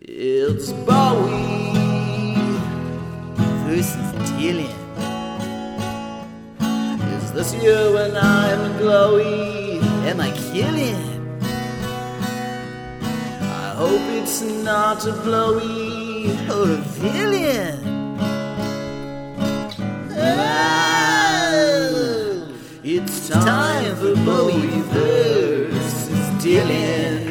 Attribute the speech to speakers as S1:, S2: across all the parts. S1: It's Bowie versus Dylan. Is this you and I'm glowy? Am I killing? I hope it's not a blowy or a villain. Oh, it's time for Bowie versus Dylan.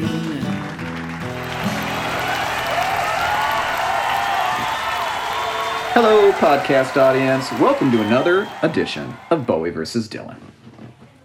S2: Hello, podcast audience. Welcome to another edition of Bowie versus Dylan.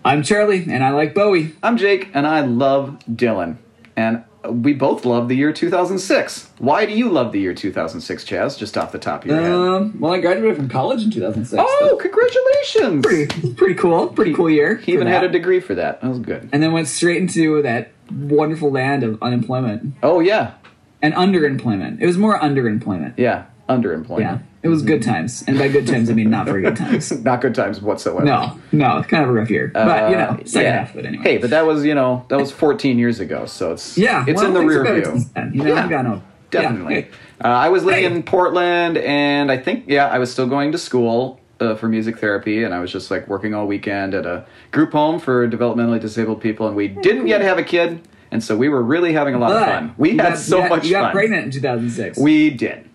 S3: I'm Charlie, and I like Bowie.
S2: I'm Jake, and I love Dylan. And we both love the year 2006. Why do you love the year 2006, Chaz, just off the top of your head?
S3: Um, well, I graduated from college in 2006.
S2: Oh, congratulations!
S3: pretty, pretty cool. Pretty cool year.
S2: He even had a degree for that. That was good.
S3: and then went straight into that wonderful land of unemployment
S2: Oh, yeah.
S3: and underemployment. It was more underemployment.
S2: Yeah. Underemployment.
S3: Yeah, it was
S2: Mm-hmm.
S3: good times, and by good times I mean not very good times.
S2: Not good times whatsoever.
S3: No, no, kind of a rough year, but you
S2: Uh,
S3: know, second
S2: yeah.
S3: half of it anyway.
S2: Hey, but that was, you know, that was 14 years ago, so it's
S3: yeah,
S2: it's
S3: well,
S2: in the
S3: things are
S2: rear
S3: better
S2: view.
S3: since then, You know,
S2: Yeah.
S3: I've gotten over- yeah,
S2: definitely.
S3: hey,
S2: Uh, I was living
S3: Hey.
S2: in Portland, and I think yeah, I was still going to school uh, for music therapy, and I was just like working all weekend at a group home for developmentally disabled people, and we didn't yet have a kid, and so we were really having a lot of
S3: but
S2: fun. We
S3: you
S2: had
S3: got-
S2: so
S3: you got-
S2: much
S3: You got
S2: fun.
S3: pregnant in 2006.
S2: We did.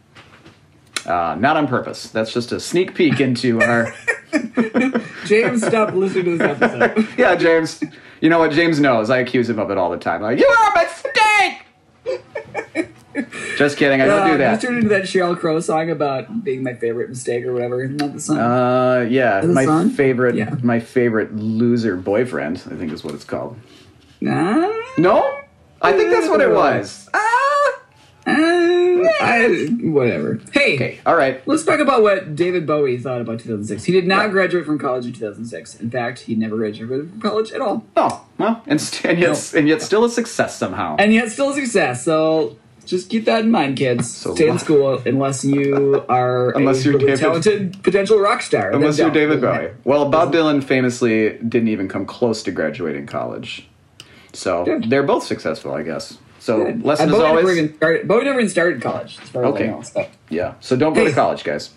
S2: Uh, not on purpose. That's just a sneak peek into our.
S3: James, stop listening to this episode.
S2: yeah, James. You know what? James knows. I accuse him of it all the time. Like, you are a mistake! just kidding. I don't
S3: Uh,
S2: do that.
S3: Just turned into that Sheryl Crow song about being my favorite mistake or whatever. Isn't that the song?
S2: Uh, yeah,
S3: the
S2: my
S3: song?
S2: favorite,
S3: Yeah.
S2: my favorite loser boyfriend. I think is what it's called.
S3: Ah,
S2: No, I think that's what it was. Ah,
S3: ah, I, whatever. Hey,
S2: okay, all right.
S3: let's talk about what David Bowie thought about 2006. He did not graduate from college in 2006. In fact, he never graduated from college at all.
S2: Oh, well, and, st- and yet, and yet, still a success somehow.
S3: And yet, still a success. So just keep that in mind, kids.
S2: So
S3: Stay
S2: lo-
S3: in school unless you are
S2: Unless
S3: a
S2: you're
S3: really
S2: David-
S3: talented potential rock star. Then
S2: Unless you're
S3: don't.
S2: David Bowie. Well, Bob Dylan famously didn't even come close to graduating college, so
S3: Good.
S2: they're both successful, I guess. So
S3: And
S2: lesson is
S3: Bowie never
S2: always
S3: even started, Bowie never even started college, as far as
S2: Okay.
S3: I know. so.
S2: yeah. So don't go to
S3: Hey.
S2: college, guys.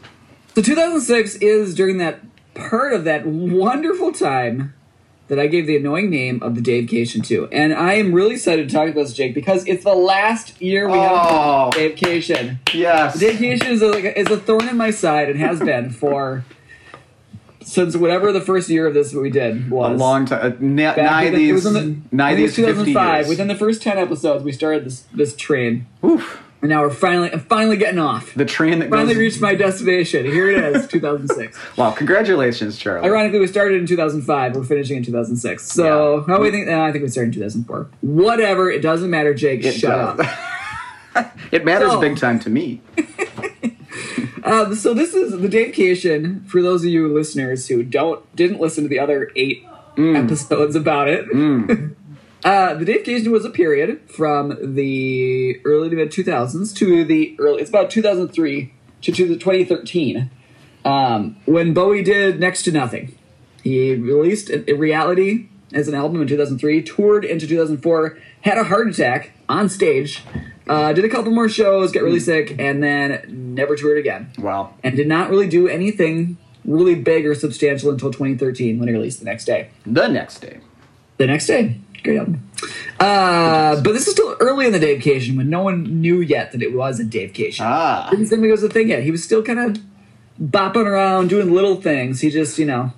S3: So 2006 is during that part of that wonderful time that I gave the annoying name of the Davecation to. And I am really excited to talk about this, Jake, because it's the last year we
S2: Oh.
S3: have Davecation.
S2: Yes.
S3: Davecation is a, like a, is a thorn in my side and has been for since whatever the first year of this we did was.
S2: a long time, uh,
S3: Back
S2: nigh
S3: within- it
S2: these,
S3: was in the-
S2: nigh
S3: I think it was
S2: these fifty years.
S3: Within the first 10 episodes, we started this, this train.
S2: Oof.
S3: And now we're finally, I'm finally getting off.
S2: the train that
S3: finally
S2: goes
S3: reached my destination. Here it is, 2006.
S2: Wow, congratulations, Charlie.
S3: Ironically, we started in 2005. We're finishing in 2006. So,
S2: Yeah.
S3: no, we think, no, I think we started in 2004. Whatever. It doesn't matter, Jake. shut
S2: does.
S3: up.
S2: It matters
S3: So-
S2: big time to me.
S3: Um, so, this is the Davecation. For those of you listeners who don't didn't listen to the other eight episodes about it, uh, the Davecation was a period from the early to mid 2000s to the early. It's about 2003 to, to the 2013 um, when Bowie did next to nothing. He released a, a Reality as an album in 2003, toured into 2004, had a heart attack on stage, uh, did a couple more shows, got really sick, and then never toured again.
S2: Wow.
S3: And did not really do anything really big or substantial until 2013 when he released the next day.
S2: The next day.
S3: The next day. Great album. Uh, but this is still early in the Davecation when no one knew yet that it was a Davecation
S2: Ah.
S3: didn't seem like it was a thing yet. He was still kind of bopping around, doing little things. He just, you know,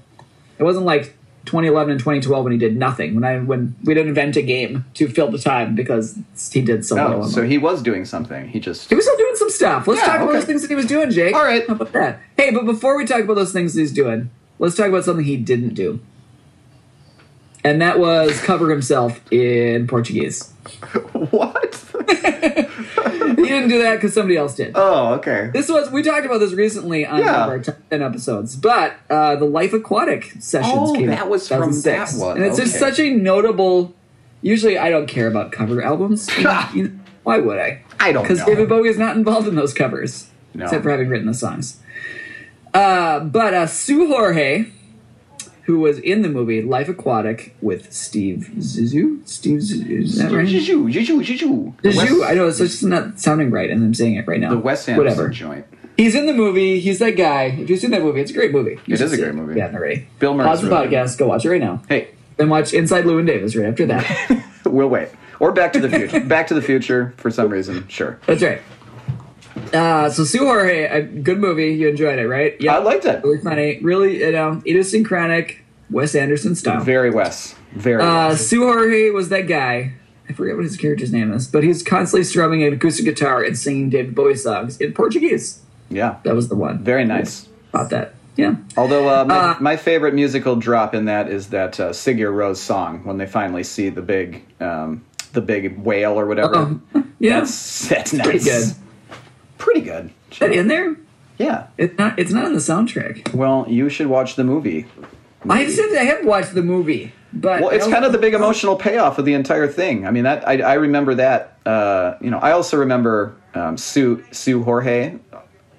S3: it wasn't like 2011 and 2012 when he did nothing. When I when we didn't invent a game to fill the time because he did so
S2: Oh,
S3: little.
S2: so he was doing something. He just.
S3: he was still doing some stuff. Let's
S2: Yeah,
S3: talk about
S2: okay.
S3: those things that he was doing, Jake.
S2: All right.
S3: How about that? Hey, but before we talk about those things that he's doing, let's talk about something he didn't do. And that was cover himself in Portuguese.
S2: What?
S3: He didn't do that because somebody else did.
S2: oh, okay.
S3: This was we talked about this recently on
S2: Yeah.
S3: one of our top ten episodes, but uh, the Life Aquatic sessions.
S2: Oh,
S3: came out
S2: that
S3: in
S2: was from
S3: 2006.
S2: that one.
S3: and it's just
S2: Okay.
S3: such a notable. Usually, I don't care about cover albums. You know, you know, why would I?
S2: I don't
S3: Because
S2: know.
S3: David Bowie is not involved in those covers,
S2: Oh, No.
S3: except for having written the songs. Uh, but uh, Sue Jorge, who was in the movie Life Aquatic with Steve Zissou. Steve Zissou, is that right?
S2: Juju, juju, juju. The
S3: Zissou.
S2: Wes-
S3: I know it's just not sounding right, and I'm saying it right now.
S2: The Wes Anderson
S3: Whatever.
S2: joint.
S3: He's in the movie. He's that guy. If you've seen that movie, it's a great movie. You
S2: It
S3: should
S2: is a
S3: see
S2: great movie.
S3: Yeah, already.
S2: Bill Murray's
S3: Pause the
S2: really good.
S3: podcast. Go watch it right now.
S2: Hey,
S3: Then watch Inside Lewin Davis right after that.
S2: we'll wait. Or Back to the Future. Back to the Future for some reason. Sure.
S3: That's right. Uh, so Sue Jorge, a good movie. You enjoyed it, right? Yeah,
S2: I liked it.
S3: Really funny. Really, you know, idiosyncratic Wes Anderson style.
S2: Very Wes. Very.
S3: Uh, Sue Jorge was that guy. I forget what his character's name is, but he's constantly strumming an acoustic guitar and singing David Bowie songs in Portuguese.
S2: yeah.
S3: That was the one.
S2: Very nice.
S3: About that. Yeah.
S2: Although uh, my,
S3: Uh,
S2: my favorite musical drop in that is that uh, Sigur Rós song when they finally see the big um, the big whale or whatever.
S3: Oh, yeah.
S2: That's that's nice.
S3: pretty good.
S2: Pretty good.
S3: Is that in there?
S2: Yeah.
S3: It's not. It's not in the soundtrack.
S2: Well, you should watch the movie.
S3: I have said I have watched the movie, but
S2: Well, it's kind of the big emotional payoff of the entire thing. I mean, that I, I remember that. Uh, you know, I also remember um, Sue Sue Jorge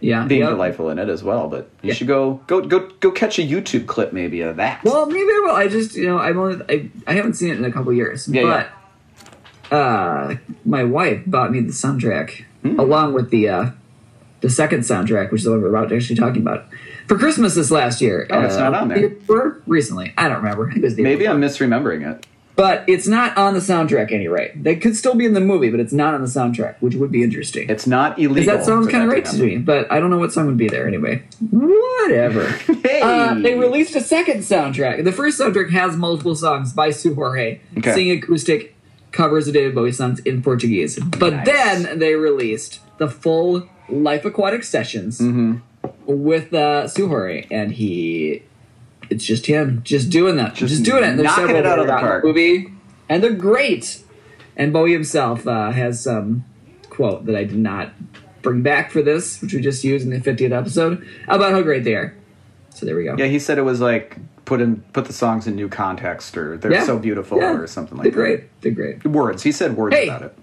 S3: yeah
S2: being
S3: yeah.
S2: delightful in it as well. But you
S3: Yeah.
S2: should go go go go catch a YouTube clip maybe of that.
S3: Well, maybe I will. I just you know I'm only I, I haven't seen it in a couple years,
S2: Yeah, yeah.
S3: but uh, my wife bought me the soundtrack
S2: Hmm.
S3: along with the uh, the second soundtrack, which is the one we're about to actually talking about for Christmas this last year.
S2: Oh, it's not on there.
S3: the year before? recently. I don't remember. I think it was the year
S2: maybe
S3: before.
S2: I'm misremembering it.
S3: but it's not on the soundtrack any rate. That could still be in the movie, but it's not on the soundtrack, which would be interesting.
S2: It's not illegal.
S3: Because that sounds
S2: for
S3: kind of
S2: that
S3: right to
S2: happen.
S3: me, but I don't know what song would be there anyway. Whatever.
S2: Hey!
S3: Uh, they released a second soundtrack. The first soundtrack has multiple songs by Sue Jorge
S2: Okay.
S3: singing acoustic covers of David Bowie songs in Portuguese. But
S2: Nice.
S3: then they released the full Life Aquatic sessions
S2: Mm-hmm.
S3: with uh, Sue Jorge, and he. It's just him, just doing that, just, doing it. There's
S2: knocking
S3: several
S2: it out of the
S3: around
S2: park.
S3: movie, and they're great. And Bowie himself uh, has some quote that I did not bring back for this, which we just used in the 50th episode, about how great they are. So there we go.
S2: Yeah, he said it was like put in put the songs in new context or they're
S3: Yeah.
S2: so beautiful
S3: Yeah.
S2: or something like
S3: They're
S2: that.
S3: great. They're great.
S2: Words. He said words
S3: Hey!
S2: about it.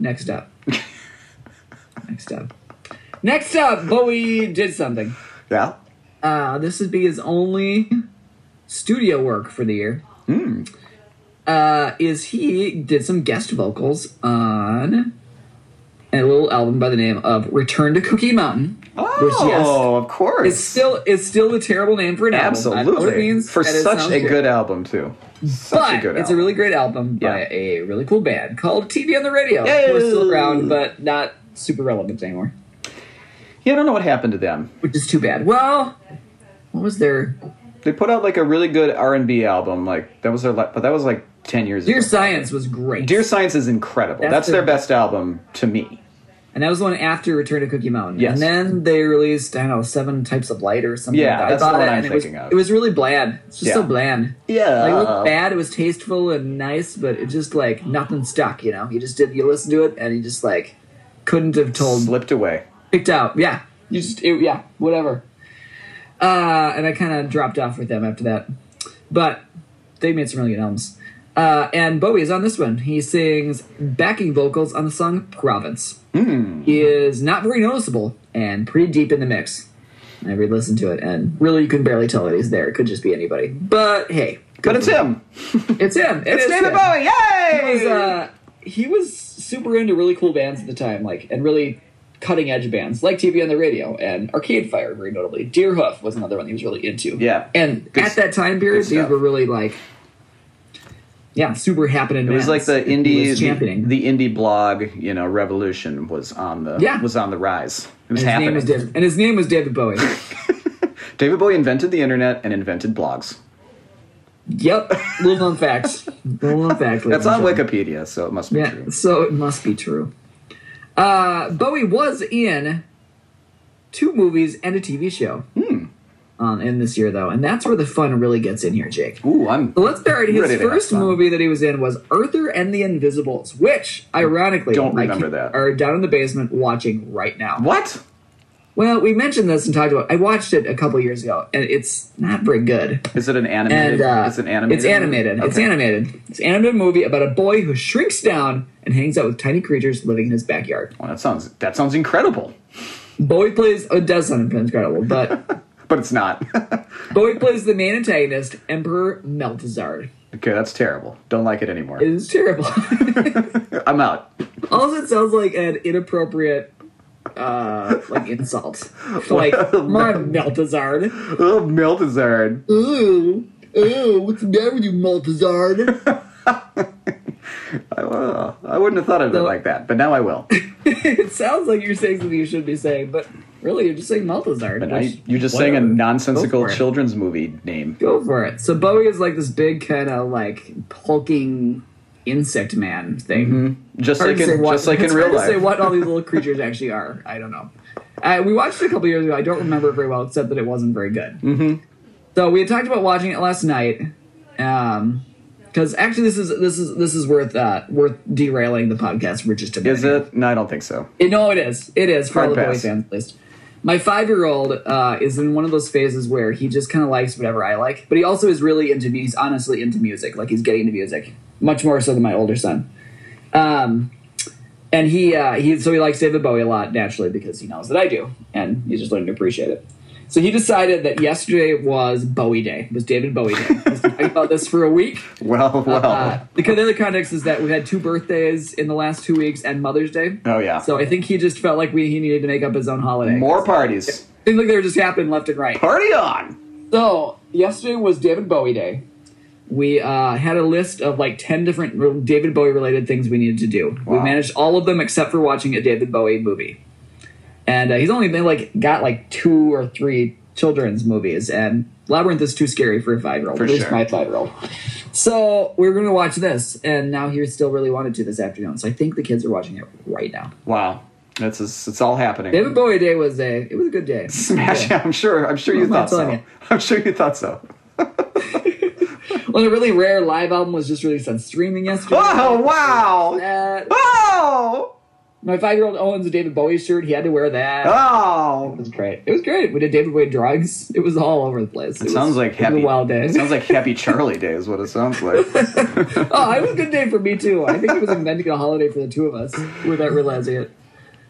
S3: Next up. Next up. Next up, Bowie did something.
S2: Yeah.
S3: Uh, this would be his only studio work for the year.
S2: Hmm.
S3: Uh, is he did some guest vocals on a little album by the name of Return to Cookie Mountain.
S2: Oh,
S3: yes.
S2: of course.
S3: It's still it's still a terrible name for an album. I know what it
S2: Absolutely.
S3: means.
S2: For
S3: That is
S2: such
S3: sounds
S2: a good album too. Such
S3: but
S2: a good
S3: it's a
S2: album.
S3: really great album by
S2: Yeah.
S3: a really cool band called TV on the Radio.
S2: Yay!
S3: We're still around, but not super relevant anymore,
S2: Yeah, I don't know what happened to them.
S3: which is too bad. Well, what was their
S2: They put out like a really good R and B album, like that was their, la- but that was like ten years
S3: Dear
S2: ago.
S3: Science was great.
S2: Dear Science is incredible. That's,
S3: That's
S2: their
S3: the-
S2: best album to me.
S3: and that was the one after Return to Cookie Mountain.
S2: Yes.
S3: And then they released I don't know Seven Types of Light or something.
S2: Yeah,
S3: like that. I
S2: that's the
S3: bought
S2: one
S3: it,
S2: I'm
S3: and it was-
S2: thinking of.
S3: It was really bland. It's just so
S2: Yeah.
S3: bland.
S2: Yeah.
S3: Like, it looked bad. It was tasteful and nice, but it just like nothing stuck. You know, you just did. You listened to it, and you just like couldn't have told
S2: Slipped away.
S3: picked out. Yeah, you just it, yeah, whatever. Uh, and I kind of dropped off with them after that, but they made some really good albums. Uh, and Bowie is on this one. He sings backing vocals on the song "Province."
S2: Hmm.
S3: He is not very noticeable and pretty deep in the mix. I re-listened to it, and really, you can barely tell that he's there. It could just be anybody, but hey,
S2: But it's him.
S3: it's him. It
S2: It's
S3: is
S2: David
S3: him
S2: Bowie. Yay!
S3: was uh, he was super into really cool bands at the time, like and really cutting edge bands like TV on the Radio and Arcade Fire, very notably. Deerhoof was another one he was really into.
S2: Yeah.
S3: and
S2: Good
S3: at that time period,
S2: good
S3: these
S2: stuff.
S3: were really like, yeah, super happening.
S2: it was like the indie, the,
S3: championing.
S2: the indie blog, you know, revolution was on the
S3: Yeah.
S2: was on the rise. It was
S3: and his
S2: happening.
S3: name was David, and his name was David Bowie.
S2: David Bowie invented the internet and invented blogs.
S3: yep, little known fact. Little known fact. ladies
S2: That's
S3: and
S2: on
S3: gentlemen.
S2: Wikipedia, so it must be
S3: Yeah,
S2: true.
S3: so it must be true. Uh, Bowie was in two movies and a TV show
S2: Hmm.
S3: um, in this year, though, and that's where the fun really gets in here, Jake.
S2: Ooh, I'm
S3: So let's start. His
S2: Ready to have
S3: first
S2: fun.
S3: movie that he was in was Arthur and the Invisibles, which, ironically,
S2: Don't
S3: my
S2: remember
S3: kids
S2: that.
S3: Are down in the basement watching right now.
S2: what?
S3: Well, we mentioned this and talked about. I watched it a couple years ago, and it's not very good
S2: Is it an animated?
S3: and uh,
S2: it's an animated.
S3: It's animated. It's
S2: Okay.
S3: animated. It's an animated movie about a boy who shrinks down and hangs out with tiny creatures living in his backyard.
S2: Well, that sounds that sounds incredible.
S3: Boy plays. Oh, it does sound incredible, but
S2: but it's not.
S3: Bowie plays the main antagonist, Emperor Meltazard.
S2: okay, that's terrible. Don't like it anymore.
S3: It is terrible.
S2: I'm out.
S3: also, it sounds like an inappropriate, uh, like insult. Like my Meltazard.
S2: Oh, Meltazard.
S3: Ooh, ooh, what's the matter with you, Meltazard?
S2: I, uh, I wouldn't have thought of it
S3: No.
S2: like that, but now I will.
S3: it sounds like you're saying something you should be saying, but really, you're just saying Meltazard.
S2: And I,
S3: which-
S2: you just sang
S3: whatever.
S2: a nonsensical
S3: Go for it.
S2: children's movie name.
S3: Go for it. So Bowie is like this big kind of like hulking insect man thing.
S2: Mm-hmm. Just
S3: Hard
S2: like
S3: to say
S2: in,
S3: what-
S2: just like in
S3: it's
S2: real
S3: hard To say
S2: life.
S3: what all these little creatures actually are. I don't know. Uh, we watched it a couple years ago. I don't remember it very well, except that it wasn't very good. Mm-hmm. So we had talked about watching it last night, because actually this is this is this is worth uh, worth derailing the podcast for just a minute.
S2: Is it? No, I don't think so.
S3: It- no, it is. It is for
S2: Hard
S3: all the boy
S2: pass.
S3: fans at least. My five year old uh, is in one of those phases where he just kind of likes whatever I like, but he also is really into. He's honestly into music. Like he's getting into music much more so than my older son. Um, and he uh, he so he likes David Bowie a lot naturally because he knows that I do, and he's just learning to appreciate it. So he decided that yesterday was Bowie Day. was David Bowie Day. He's been talking about this for a week.
S2: Well, well.
S3: Uh, because the other context is that we had two birthdays in the last two weeks and Mother's Day.
S2: Oh, yeah.
S3: So I think he just felt like we, he needed to make up his own holiday.
S2: More parties.
S3: Seems like they were just happening left and right.
S2: Party on!
S3: So yesterday was David Bowie Day. We uh, had a list of like ten different re- David Bowie related things we needed to do. We
S2: Wow.
S3: managed all of them except for watching a David Bowie movie. And uh, he's only been like got like two or three children's movies, and Labyrinth is too scary for a five year old.
S2: For
S3: At least
S2: sure.
S3: my five year old. So we were going to watch this, and now he still really wanted to this afternoon. So I think the kids are watching it right now.
S2: Wow. That's just, it's all happening.
S3: David Bowie Day was a it was a good day.
S2: Smash! I'm sure. I'm sure you
S3: I'm not
S2: thought so.
S3: telling you.
S2: I'm sure you thought so.
S3: Well, a really rare live album was just released on streaming yesterday.
S2: Oh wow!
S3: That-
S2: Oh
S3: My five year old owns a David Bowie shirt. He had to wear that. It
S2: oh!
S3: was great. It was great. We did David Bowie drugs. It was all over the place. It, was-
S2: Sounds like
S3: it was
S2: happy.
S3: a wild day.
S2: It sounds like Happy Charlie Day is what it sounds like.
S3: oh, it was a good day for me too. I think it was inventing a holiday for the two of us without realizing it.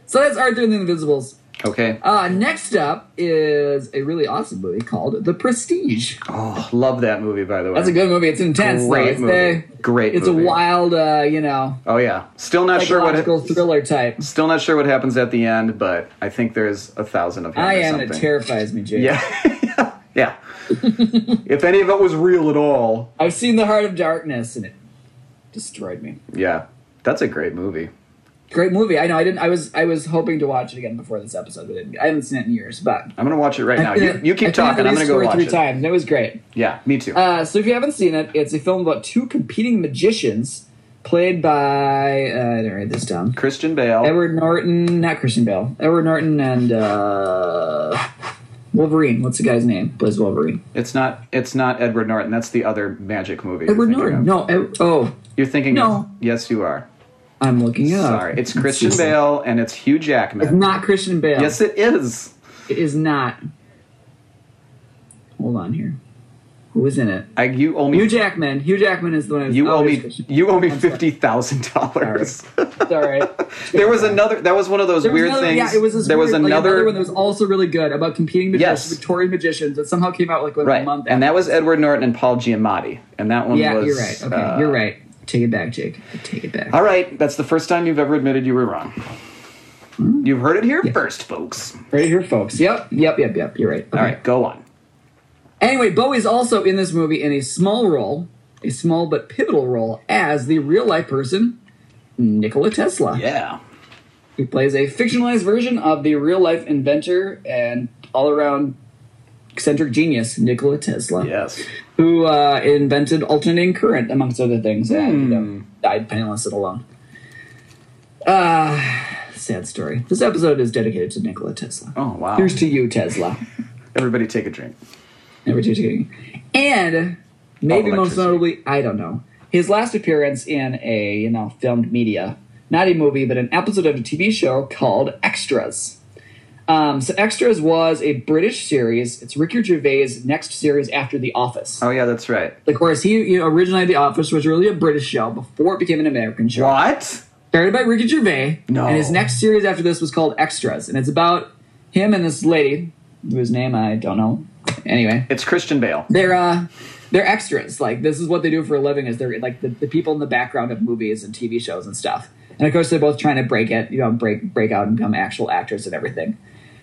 S3: So that's Arthur and the Invisibles.
S2: Okay.
S3: Uh, next up is a really awesome movie called The Prestige.
S2: Oh, love that movie by the way.
S3: That's a good movie. It's intense. though.
S2: Great
S3: it's
S2: movie.
S3: a-
S2: Great.
S3: It's
S2: movie.
S3: a wild, uh, you know,
S2: Oh yeah. Still not sure what.
S3: psychological thriller type.
S2: Still not sure what happens at the end, but I think there's a thousand of him.
S3: I
S2: or
S3: am. It
S2: something.
S3: terrifies me, Jake.
S2: Yeah. yeah. if any of it was real at all.
S3: I've seen The Heart of Darkness, and it destroyed me.
S2: Yeah. That's a great movie.
S3: Great movie. I know. I didn't. I was. I was hoping to watch it again before this episode, but I didn't- I haven't seen it in years. But
S2: I'm gonna watch it right now. You, you keep
S3: I've seen it
S2: talking.
S3: At
S2: I'm
S3: least
S2: gonna go
S3: two or
S2: watch
S3: three
S2: it.
S3: times. It was great.
S2: Yeah. Me too.
S3: Uh, so if you haven't seen it, it's a film about two competing magicians played by. Uh, I didn't write this down.
S2: Christian Bale.
S3: Edward Norton, not Christian Bale. Edward Norton and uh, Wolverine. What's the guy's name? Plays Wolverine.
S2: It's not. It's not Edward Norton. That's the other magic movie. you're
S3: Edward
S2: thinking
S3: Norton.
S2: of.
S3: No. Ed- oh,
S2: You're thinking.
S3: No.
S2: of- yes, you are.
S3: I'm looking it up.
S2: Sorry, it's
S3: Let's
S2: Christian
S3: see.
S2: Bale and it's Hugh Jackman.
S3: Not Christian Bale.
S2: Yes, it is.
S3: It is not. Hold on here. Who was in it?
S2: I, you owe
S3: Hugh
S2: me.
S3: Jackman. Hugh Jackman is the one.
S2: You
S3: oh,
S2: owe
S3: it is
S2: me.
S3: Christian.
S2: You owe me fifty thousand dollars.
S3: Sorry.
S2: There was another. That was one of those
S3: There was
S2: weird
S3: another-
S2: things.
S3: Yeah, it was this
S2: there was
S3: weird, like,
S2: another.
S3: one that was also really good about competing magicians,
S2: Yes.
S3: Victorian magicians that somehow came out like within a
S2: right,
S3: month.
S2: and
S3: after.
S2: that was Edward Norton and Paul Giamatti, and that one
S3: yeah,
S2: was.
S3: you're right. Okay,
S2: uh,
S3: you're right. Take it back, Jake. Take it back.
S2: All right, that's the first time you've ever admitted you were wrong.
S3: Hmm?
S2: You've heard it here first, folks.
S3: Right here, folks. Yep, yep, yep, yep. You're right.
S2: All right, go on.
S3: Anyway, Bowie's also in this movie in a small role, a small but pivotal role as the real life person Nikola Tesla.
S2: Yeah.
S3: He plays a fictionalized version of the real life inventor and all around eccentric genius Nikola Tesla,
S2: Yes.
S3: who uh, invented alternating current, amongst other things, and
S2: Hmm.
S3: um, died penniless and alone. Ah, sad story. This episode is dedicated to Nikola Tesla.
S2: Oh wow.
S3: Here's to you, Tesla.
S2: Everybody take a drink.
S3: Never too kidding. And maybe
S2: All
S3: most
S2: electricity.
S3: notably, I don't know, his last appearance in a, you know, filmed media, not a movie, but an episode of a TV show called Extras. Um, so Extras was a British series. It's Ricky Gervais' next series after The Office.
S2: Oh yeah, that's right.
S3: Of course, he you know, originated The Office was really a British show before it became an American show.
S2: What?
S3: Started by Ricky Gervais.
S2: No.
S3: And his next series after this was called Extras, and it's about him and this lady whose name I don't know. Anyway,
S2: It's Christian Bale.
S3: they're uh they're extras like this is what they do for a living is they're like the, the people in the background of movies and tv shows and stuff and of course they're both trying to break it you know break break out and become actual actors and everything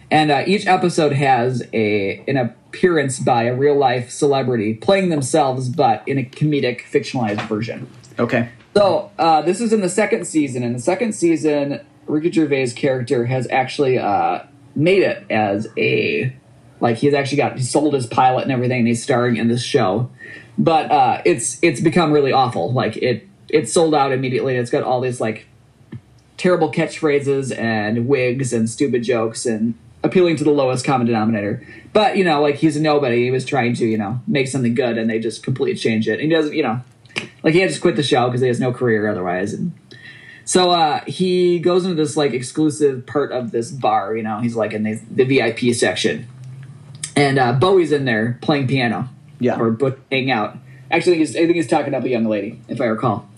S3: and uh, each episode has a an appearance by a real life celebrity playing themselves but in a comedic fictionalized version
S2: Okay.
S3: so uh, this is in the second season. In the second season, Ricky Gervais' character has actually uh, made it as a like he's actually got he sold his pilot and everything, and he's starring in this show. But uh, it's it's become really awful. Like it it sold out immediately. It's got all these like terrible catchphrases and wigs and stupid jokes and appealing to the lowest common denominator. But you know, like he's a nobody. He was trying to you know make something good, and they just completely change it. And he doesn't you know like he had to just quit the show because he has no career otherwise and so uh he goes into this like exclusive part of this bar you know he's like in the, the vip section and uh bowie's in there playing piano
S2: Yeah.
S3: or book hang out actually he's, i think he's talking up a young lady if i recall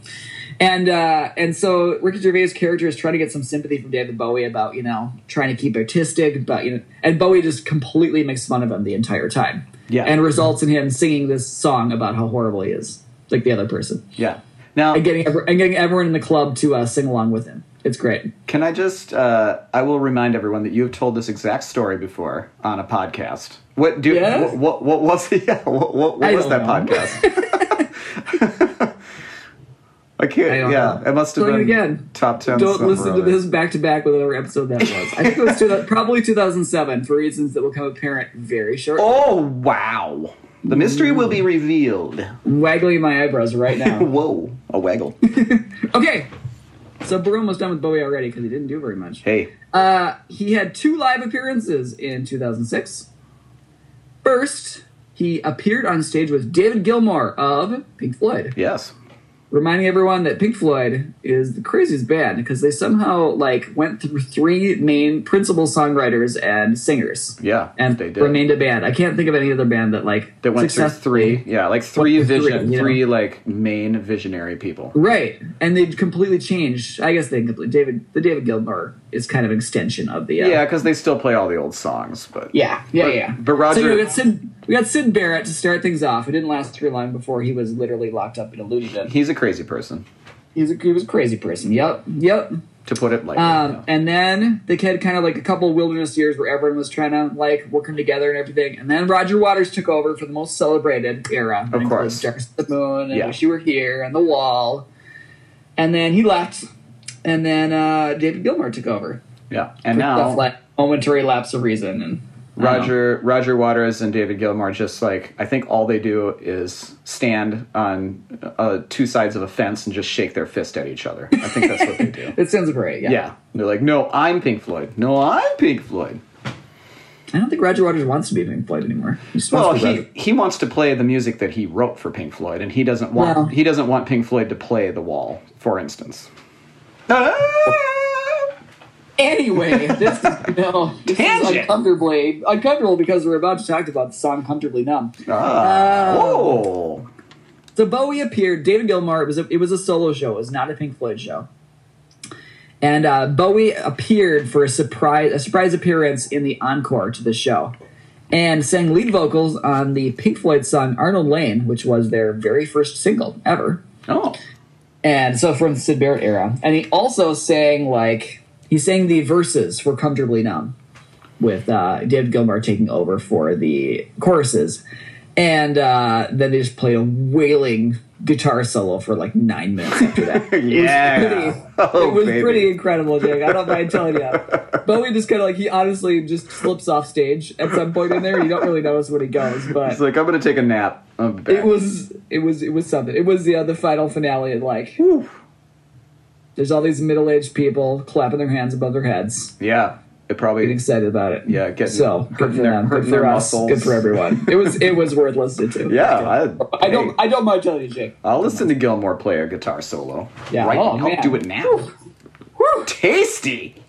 S3: and uh, and so Ricky Gervais' character is trying to get some sympathy from David Bowie about you know trying to keep artistic, but you know, and Bowie just completely makes fun of him the entire time.
S2: Yeah.
S3: and results in him singing this song about how horrible he is, like the other person,
S2: Yeah. Now,
S3: and getting ever- and getting everyone in the club to uh, sing along with him. It's great.
S2: can I just? Uh, I will remind everyone that you've told this exact story before on a podcast. What do?
S3: Yes?
S2: What, what? What was? Yeah. What, what, what
S3: I
S2: was that
S3: don't know.
S2: podcast? I can't.
S3: I don't
S2: yeah,
S3: know.
S2: it must have
S3: Don't
S2: been
S3: again.
S2: top ten.
S3: Don't
S2: somewhere
S3: listen
S2: or
S3: to
S2: other.
S3: this back to back with another episode that was. I think it was two, probably 2007 for reasons that will become apparent very shortly.
S2: Oh wow! The mystery will be revealed.
S3: Waggling my eyebrows right now.
S2: Whoa! A waggle.
S3: Okay. So Barum was done with Bowie already because he didn't do very much.
S2: hey.
S3: Uh, he had two live appearances in 2006. First, he appeared on stage with David Gilmour of Pink Floyd,
S2: Yes.
S3: reminding everyone that Pink Floyd is the craziest band because they somehow like went through three main principal songwriters and singers.
S2: Yeah.
S3: And
S2: they did.
S3: remained a band. I can't think of any other band that like
S2: that went through
S3: success-
S2: three. Yeah, like three
S3: through three,
S2: vision,
S3: yeah.
S2: three like main visionary people.
S3: Right, and they completely changed. I guess they completely David. The David Gilmour is kind of an extension of the uh,
S2: Yeah, because they still play all the old songs, but
S3: Yeah, yeah, yeah.
S2: but Roger-
S3: So we got Sid. We got Sid Barrett to start things off. It didn't last too long before he was literally locked up in a loony bin.
S2: he's a crazy person,
S3: He's a, he was a crazy person. Yep, yep.
S2: to put it lightly.
S3: Um,
S2: yeah.
S3: and then they had kind of like a couple wilderness years where everyone was trying to like work them together and everything. And then Roger Waters took over for the most celebrated era, that
S2: Of
S3: includes
S2: course.
S3: Darkest of the Moon, and
S2: Yeah.
S3: Wish You Were Here, and The Wall. And then he left, and then uh, David Gilmour took over.
S2: Yeah. And
S3: for stuff
S2: now
S3: like momentary lapse of reason and I don't know.
S2: Roger Roger Waters and David Gilmour just like I think all they do is stand on uh, two sides of a fence and just shake their fist at each other. I think that's what they do.
S3: It sounds great. Yeah.
S2: Yeah, they're like, no, I'm Pink Floyd. No, I'm Pink Floyd.
S3: I don't think Roger Waters wants to be Pink Floyd anymore. He just
S2: Well,
S3: wants to be
S2: he,
S3: Roger-
S2: he wants to play the music that he wrote for Pink Floyd, and he doesn't want
S3: Well-
S2: he doesn't want Pink Floyd to play The Wall, for instance.
S3: Ah! Anyway, this is no this is
S2: Tangent.
S3: uncomfortably uncomfortable because we're about to talk about the song "Comfortably Numb."
S2: Ah,
S3: Oh.
S2: whoa.
S3: So Bowie appeared. David Gilmour. It was a, it was a solo show. It was not a Pink Floyd show. And uh, Bowie appeared for a surprise a surprise appearance in the encore to the show, and sang lead vocals on the Pink Floyd song "Arnold Lane," which was their very first single ever.
S2: Oh,
S3: And so from the Sid Barrett era. And he also sang like he sang the verses for Comfortably Numb with uh, David Gilmour taking over for the choruses. And uh, then they just played a wailing guitar solo for like nine minutes after that.
S2: yeah.
S3: Pretty,
S2: Oh,
S3: it was
S2: baby.
S3: pretty incredible, Jake. I don't mind telling you. Bowie just kind of like he honestly just slips off stage at some point in there. You don't really notice when he goes, but
S2: It's like, I'm going to take a nap. I'll be back.
S3: it was it was it was something. It was yeah, the final finale. and, Like
S2: Whew.
S3: there's all these middle aged people clapping their hands above their heads,
S2: Yeah, it
S3: getting
S2: probably.
S3: excited about it.
S2: Yeah, getting
S3: So good
S2: hurting
S3: for
S2: their,
S3: them, good
S2: hurting
S3: for
S2: their
S3: us,
S2: muscles.
S3: good for everyone. It was it was worth listening to.
S2: Yeah, I,
S3: I don't I don't mind telling you, Jake.
S2: I'll listen to Gilmore play a guitar solo.
S3: Yeah,
S2: right.
S3: oh,
S2: I'll
S3: man.
S2: do it now.
S3: Whew.
S2: Tasty.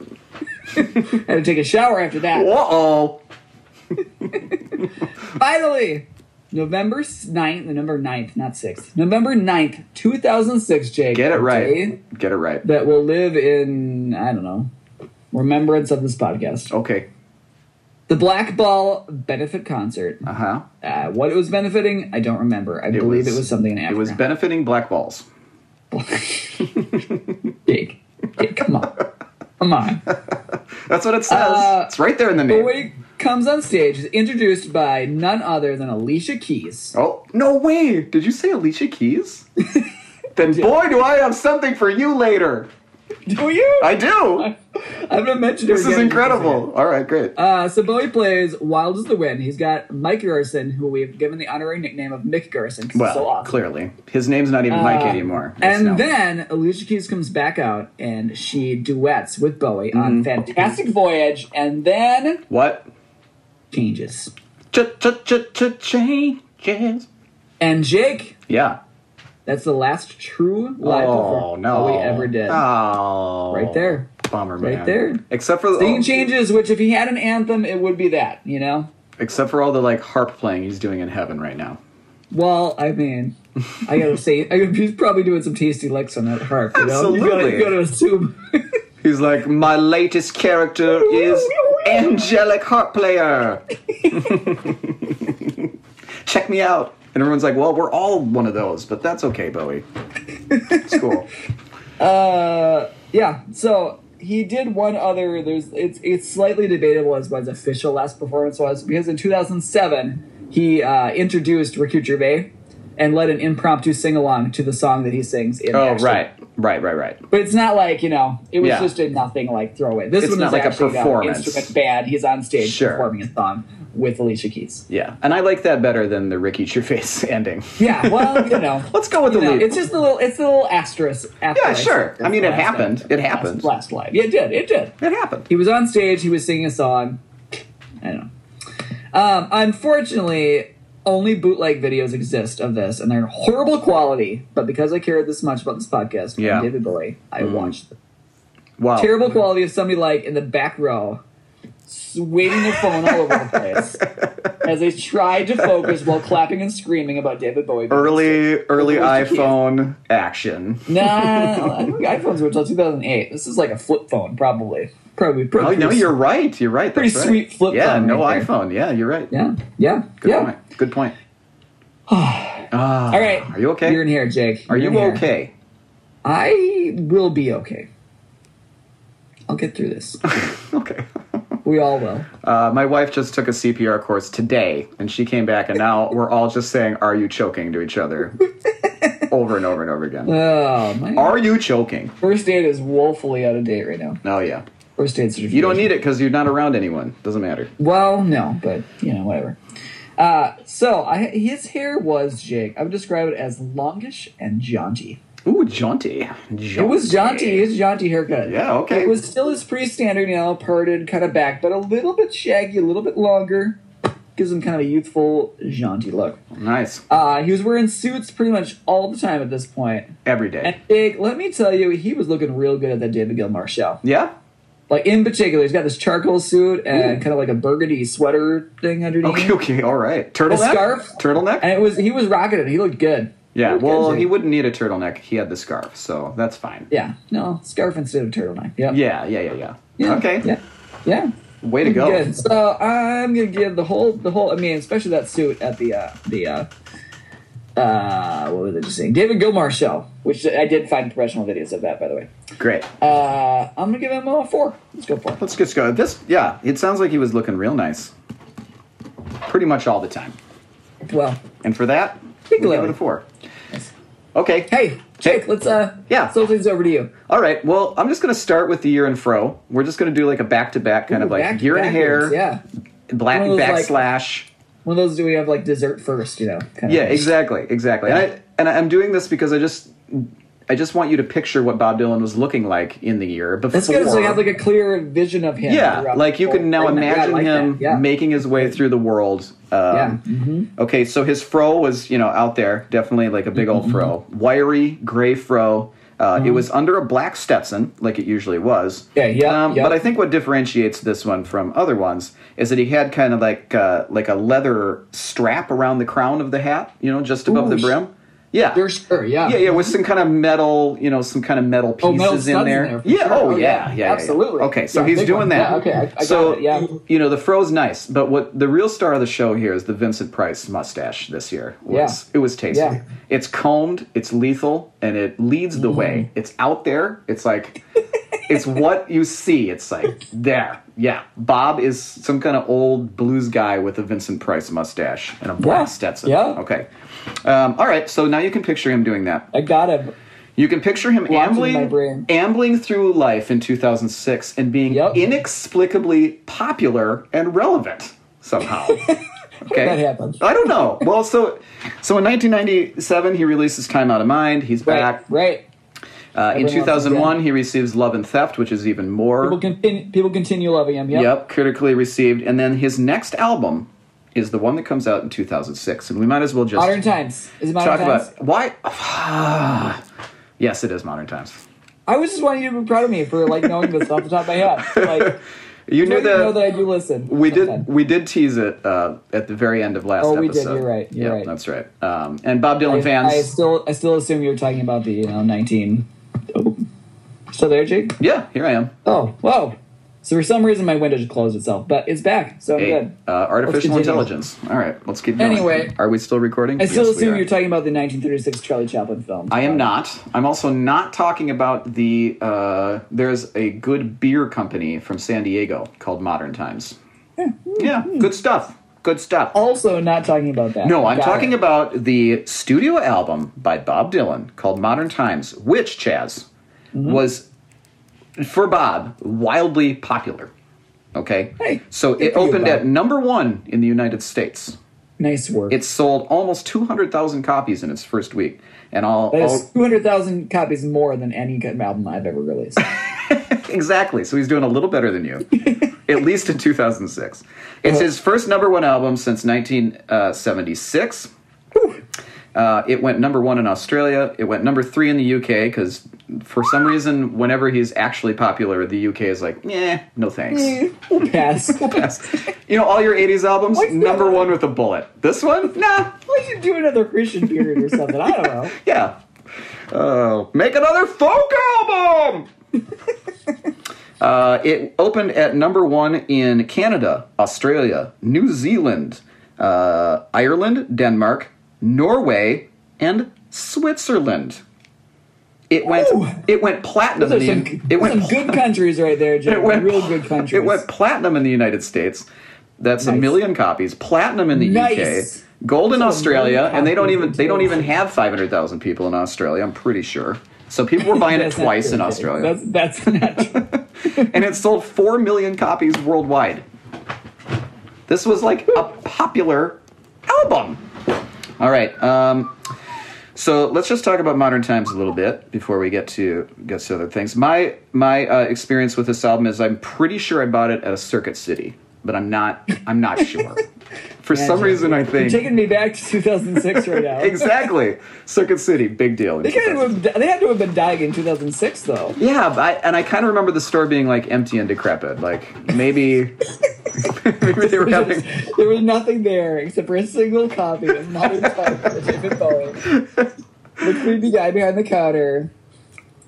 S3: I had to take a shower after that.
S2: Uh oh.
S3: Finally, November 9th, November 9th, not 6th. November 9th, 2006, Jake.
S2: Get it
S3: a day
S2: right. Get it right.
S3: That
S2: Oh,
S3: will live in I don't know remembrance of this podcast.
S2: Okay.
S3: The Black Ball benefit concert.
S2: Uh huh.
S3: Uh, what it was benefiting, I don't remember. I believe
S2: was-
S3: it was something in
S2: It
S3: Africa.
S2: was benefiting black balls.
S3: Jake, Jake, come on, come on.
S2: That's what it says.
S3: Uh,
S2: it's right there in the
S3: But
S2: name.
S3: when he comes on stage, is introduced by none other than Alicia Keys.
S2: Oh no way! Did you say Alicia Keys? then boy, do I have something for you later.
S3: Do you? I,
S2: I do.
S3: haven't mentioned her.
S2: This is
S3: yet.
S2: incredible. All right, great.
S3: Uh, so Bowie plays Wild as the Wind. He's got Mike Garson, who we've given the honorary nickname of Mick Garson. 'cause he's
S2: well,
S3: so awesome.
S2: clearly his name's not even Mike
S3: Uh,
S2: anymore. It's
S3: And
S2: now-
S3: then Alicia Keys comes back out and she duets with Bowie
S2: Mm-hmm.
S3: on Fantastic Voyage and then
S2: what?
S3: changes.
S2: Ch ch ch ch changes.
S3: And Jake,
S2: Yeah.
S3: that's the last true live
S2: oh
S3: performance
S2: no!
S3: Bowie ever did.
S2: Oh,
S3: Right there.
S2: Bummer, man.
S3: Right there.
S2: Except for the
S3: Thing changes, which if he had an anthem, it would be that, you know?
S2: except for all the like harp playing he's doing in heaven right now.
S3: Well, I mean, I gotta say, I, he's probably doing some tasty licks on that harp. You know? You gotta,
S2: Absolutely.
S3: you gotta assume.
S2: He's like, my latest character is angelic harp player. Check me out. And everyone's like, well, we're all one of those, but that's okay, Bowie. It's cool.
S3: Yeah, so he did one other. There's it's it's slightly debatable as what his official last performance was because in 2007 he uh, introduced Ricky Gervais and led an impromptu sing along to the song that he sings. In
S2: oh,
S3: Backstreet.
S2: right. Right, right, right.
S3: but it's not like you know it was
S2: Yeah.
S3: just a nothing like throwaway. This
S2: It's
S3: one
S2: not
S3: was
S2: like a
S3: actually about
S2: performance.
S3: instrument band. He's on stage
S2: Sure.
S3: performing a song with Alicia Keys.
S2: Yeah. And I like that better than the Ricky Gervais ending.
S3: Yeah, well, you know,
S2: Let's go with
S3: you
S2: the
S3: know,
S2: lead.
S3: it's just a little it's a little asterisk. After
S2: Yeah,
S3: said
S2: sure. I
S3: that's
S2: mean,
S3: the
S2: it
S3: last
S2: happened.
S3: thing.
S2: It happened.
S3: Last, last live. Yeah, it did. It did.
S2: It happened.
S3: he was on stage. He was singing a song. I don't know. Um, unfortunately, only bootleg videos exist of this, and they're horrible quality. But because I cared this much about this podcast, and
S2: Yeah. Mm.
S3: David Bowie, I watched them.
S2: Wow.
S3: Terrible quality of somebody like in the back row, waving their phone all over the place as they tried to focus while clapping and screaming about David Bowie. being
S2: Early, early
S3: Alicia Keys.
S2: iPhone action.
S3: Nah, I think iPhones were until 2008. This is like a flip phone, probably. Probably.
S2: Oh,
S3: probably
S2: no, you're right. You're right.
S3: Pretty
S2: That's right.
S3: sweet flip
S2: Yeah,
S3: phone
S2: no
S3: right there.
S2: iPhone. Yeah, you're right.
S3: Yeah, yeah,
S2: Good
S3: yeah.
S2: point. Good point. Ah,
S3: All right.
S2: Are you okay?
S3: You're in here, Jake.
S2: Are
S3: You're
S2: you
S3: in here.
S2: okay?
S3: I will be okay. I'll get through this.
S2: Okay.
S3: We all will.
S2: Uh, my wife just took a CPR course today, and she came back, and now we're all just saying, "Are you choking?" to each other, over and over and over again.
S3: Oh, my
S2: Are you choking?
S3: first aid is woefully out of date right now.
S2: Oh yeah.
S3: First aid certificate.
S2: You don't need it because you're not around anyone. Doesn't matter.
S3: Well, no, but you know, whatever. Uh, so I, his hair was Jake. I would describe it as longish and jaunty.
S2: Ooh, jaunty.
S3: It was jaunty. His jaunty haircut.
S2: Yeah. Okay.
S3: It was still his pre standard, you know, parted, kind of back, but a little bit shaggy, a little bit longer. Gives him kind of a youthful, jaunty look.
S2: nice.
S3: Uh, he was wearing suits pretty much all the time at this point.
S2: Every
S3: And
S2: day.
S3: Big, let me tell you, he was looking real good at that David Gilmour show.
S2: Yeah.
S3: Like in particular, he's got this charcoal suit and kind of like a burgundy sweater thing underneath.
S2: Okay. Okay. All right. Turtleneck.
S3: scarf?
S2: Turtleneck.
S3: And it was he was rocking it. He looked good.
S2: yeah.
S3: looked
S2: Well,
S3: good, Jake.
S2: he wouldn't need a turtleneck. He had the scarf, so that's fine.
S3: Yeah, no scarf instead of turtleneck. Yep.
S2: Yeah. Yeah. Yeah. Yeah.
S3: Yeah,
S2: Okay.
S3: Yeah. Yeah.
S2: Way to go.
S3: Good. So I'm gonna give the whole the whole. I mean, especially that suit at the uh the uh uh what was I just saying? David Gilmour show, which I did find professional videos of that, by the way.
S2: Great.
S3: Uh, I'm gonna give him a four. Let's go for it.
S2: Let's just go. This, yeah, it sounds like he was looking real nice, pretty much all the time.
S3: Well,
S2: And for that, we give it a four. Okay.
S3: hey, Jake, let's uh,
S2: Yeah.
S3: so things over to you.
S2: All right. Well, I'm just gonna start with the year and fro. We're just gonna do like a back to back kind of like
S3: Back-
S2: year and hair,
S3: backwards, yeah.
S2: black
S3: One of those, like-
S2: backslash.
S3: One of those do we have like dessert first, you know? Kind
S2: yeah,
S3: of.
S2: exactly, exactly. And I and I'm doing this because I just I just want you to picture what Bob Dylan was looking like in the year before.
S3: That's good. So we have like a clear vision of him.
S2: yeah,
S3: throughout
S2: like
S3: the
S2: you can
S3: whole
S2: now
S3: thing. Yeah, I
S2: imagine
S3: like that.
S2: him
S3: Yeah.
S2: making his way through the world. Um,
S3: yeah. hmm
S2: Okay, so his fro was, you know, out there, definitely like a big old fro. Wiry, gray fro. Uh, It was under a black Stetson, like it usually was.
S3: Mm-hmm. Yeah, yeah,
S2: Um,
S3: yeah.
S2: But I think what differentiates this one from other ones is that he had kind of like uh, like a leather strap around the crown of the hat, you know, just above
S3: Ooh,
S2: the
S3: sh-
S2: brim. Yeah.
S3: They're sure, yeah.
S2: yeah, yeah, with some kind of metal, you know, some kind of metal pieces
S3: Oh, metal studs
S2: in
S3: in
S2: there.
S3: there, for
S2: yeah.
S3: sure.
S2: Oh,
S3: Oh,
S2: yeah.
S3: yeah.
S2: Yeah. yeah, yeah.
S3: Absolutely.
S2: Okay, so
S3: Yeah,
S2: he's
S3: big
S2: doing
S3: one.
S2: that.
S3: Yeah, okay, I- I got
S2: so
S3: it, yeah.
S2: you know, the fro's nice, but what the real star of the show here is the Vincent Price mustache this year. Was, It
S3: Yeah.
S2: was tasty.
S3: Yeah.
S2: It's combed. It's lethal, and it leads the way.
S3: Mm.
S2: It's out there. It's like. It's what you see. It's like there, yeah. Bob is some kind of old blues guy with a Vincent Price mustache and a black
S3: Yeah.
S2: Stetson.
S3: Yeah.
S2: Okay. Um, all right. So now you can picture him doing that.
S3: I got him.
S2: You can picture him
S3: my
S2: ambling,
S3: brain.
S2: ambling through life in 2006 and being
S3: Yep.
S2: inexplicably popular and relevant somehow. Okay.
S3: that happen?
S2: I don't know. Well, so so in 1997 he releases Time Out of Mind. He's
S3: Right,
S2: back.
S3: right.
S2: Uh, in
S3: Everyone loves him
S2: 2001 he receives Love and Theft, which is even more
S3: People continue, people continue loving him. Yep.
S2: Yep, critically received. And then his next album is the one that comes out in 2006, and we might as well just
S3: Modern Times. Is it
S2: talk
S3: Modern Times?
S2: about why. yes, it is Modern Times.
S3: I was just wanting you to be proud of me for like knowing this off the top of my head. Like,
S2: You
S3: you
S2: knew
S3: that,
S2: that.
S3: know that I do listen.
S2: we
S3: sometimes.
S2: did. We did tease it uh, at the very end of last
S3: Oh, we did.
S2: episode.
S3: You're right. You're
S2: yeah,
S3: right.
S2: that's right. Um, and Bob Dylan
S3: I,
S2: fans.
S3: I still, I still assume you were talking about the you know 19. Still there, Jake?
S2: yeah, here I am.
S3: Oh, whoa. So for some reason my window just closed itself, but it's back, so I'm
S2: Hey,
S3: good.
S2: uh, artificial
S3: continue.
S2: intelligence. All right, let's keep going.
S3: Anyway.
S2: are we still recording?
S3: I still
S2: Yes, we
S3: assume
S2: are.
S3: you're talking about the 1936 Charlie Chaplin film.
S2: I am not. I'm also not talking about the. Uh, there's a good beer company from San Diego called Modern Times.
S3: Hmm.
S2: Yeah, good stuff. Good stuff.
S3: also not talking about that.
S2: No, I'm
S3: Got
S2: talking
S3: it.
S2: about the studio album by Bob Dylan called Modern Times, which Chaz
S3: Mm-hmm.
S2: was for Bob wildly popular. Okay,
S3: Hey,
S2: so
S3: good
S2: it
S3: for you,
S2: opened
S3: Bob.
S2: at number one in the United States.
S3: nice work.
S2: It sold almost 200,000 copies in its first week, and all,
S3: that
S2: all
S3: is 200,000 copies more than any good album I've ever released.
S2: Exactly. So he's doing a little better than you, at least in 2006. It's his first number one album since 1976. Uh, it went number one in Australia. It went number three in the UK because, for some reason, whenever he's actually popular, the UK is like, eh, no thanks.
S3: Pass. Why'd
S2: you know, all your 80s albums,
S3: What's that?
S2: number one with a bullet. This one? Nah.
S3: you do another Christian period or something? I don't know.
S2: Yeah. Oh, make another folk album! uh, it opened at number one in Canada, Australia, New Zealand, uh, Ireland, Denmark, Norway, and Switzerland. It went.
S3: Ooh.
S2: It went platinum.
S3: Those are
S2: the-
S3: some,
S2: it went.
S3: some good countries right there, Jake.
S2: It went
S3: Real good countries.
S2: It went platinum in the United States. That's a
S3: Nice.
S2: million copies. Platinum in the
S3: Nice.
S2: UK. Gold in
S3: That's a
S2: Australia,
S3: million
S2: and they don't
S3: copies
S2: even
S3: in
S2: they don't
S3: two
S2: even have five hundred thousand people in Australia. I'm pretty sure. So people were buying it
S3: That's not
S2: twice
S3: true,
S2: in
S3: Jake.
S2: Australia,
S3: That's, that's not true.
S2: and it sold four million copies worldwide. This was like a popular album. All right. Um, so let's just talk about modern times a little bit before we get to get to other things. My my uh, experience with this album is I'm pretty sure I bought it at a Circuit City, but I'm not I'm not sure. For some
S3: Jake,
S2: reason, I think
S3: taking me back to 2006 right now.
S2: exactly Circuit City, big deal.
S3: They, kind of have, they had to have been dying in 2006, though.
S2: Yeah, but I, and I kind of remember the store being like empty and decrepit. Like maybe maybe they were having
S3: There was nothing there except for a single copy of Modern Times by David Bowie. The creepy guy behind the counter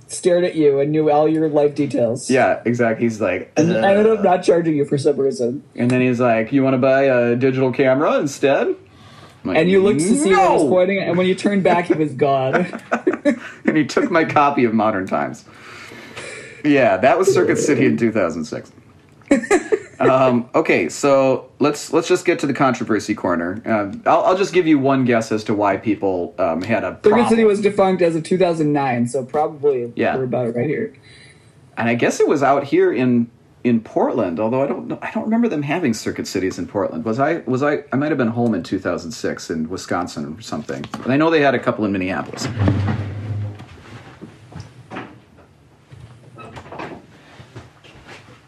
S3: stared at you and knew all your life details.
S2: yeah, exactly. He's like,
S3: And I ended up not charging you for some reason.
S2: and then he's like, "You want to buy a digital camera instead?" I'm like,
S3: And you looked to see where he was
S2: "No!"
S3: pointing, and when you turned back, he was gone.
S2: and he took my copy of Modern Times. Yeah, that was Circuit City in 2006. um, okay, so let's let's just get to the controversy corner. Um, I'll, I'll just give you one guess as to why people um, had a
S3: Circuit City
S2: problem.
S3: was defunct as of 2009, so probably
S2: Yeah.
S3: we're about it right here.
S2: and I guess it was out here in in Portland. Although I don't know, I don't remember them having Circuit Cities in Portland. Was I was I I might have been home in 2006 in Wisconsin or something. And I know they had a couple in Minneapolis.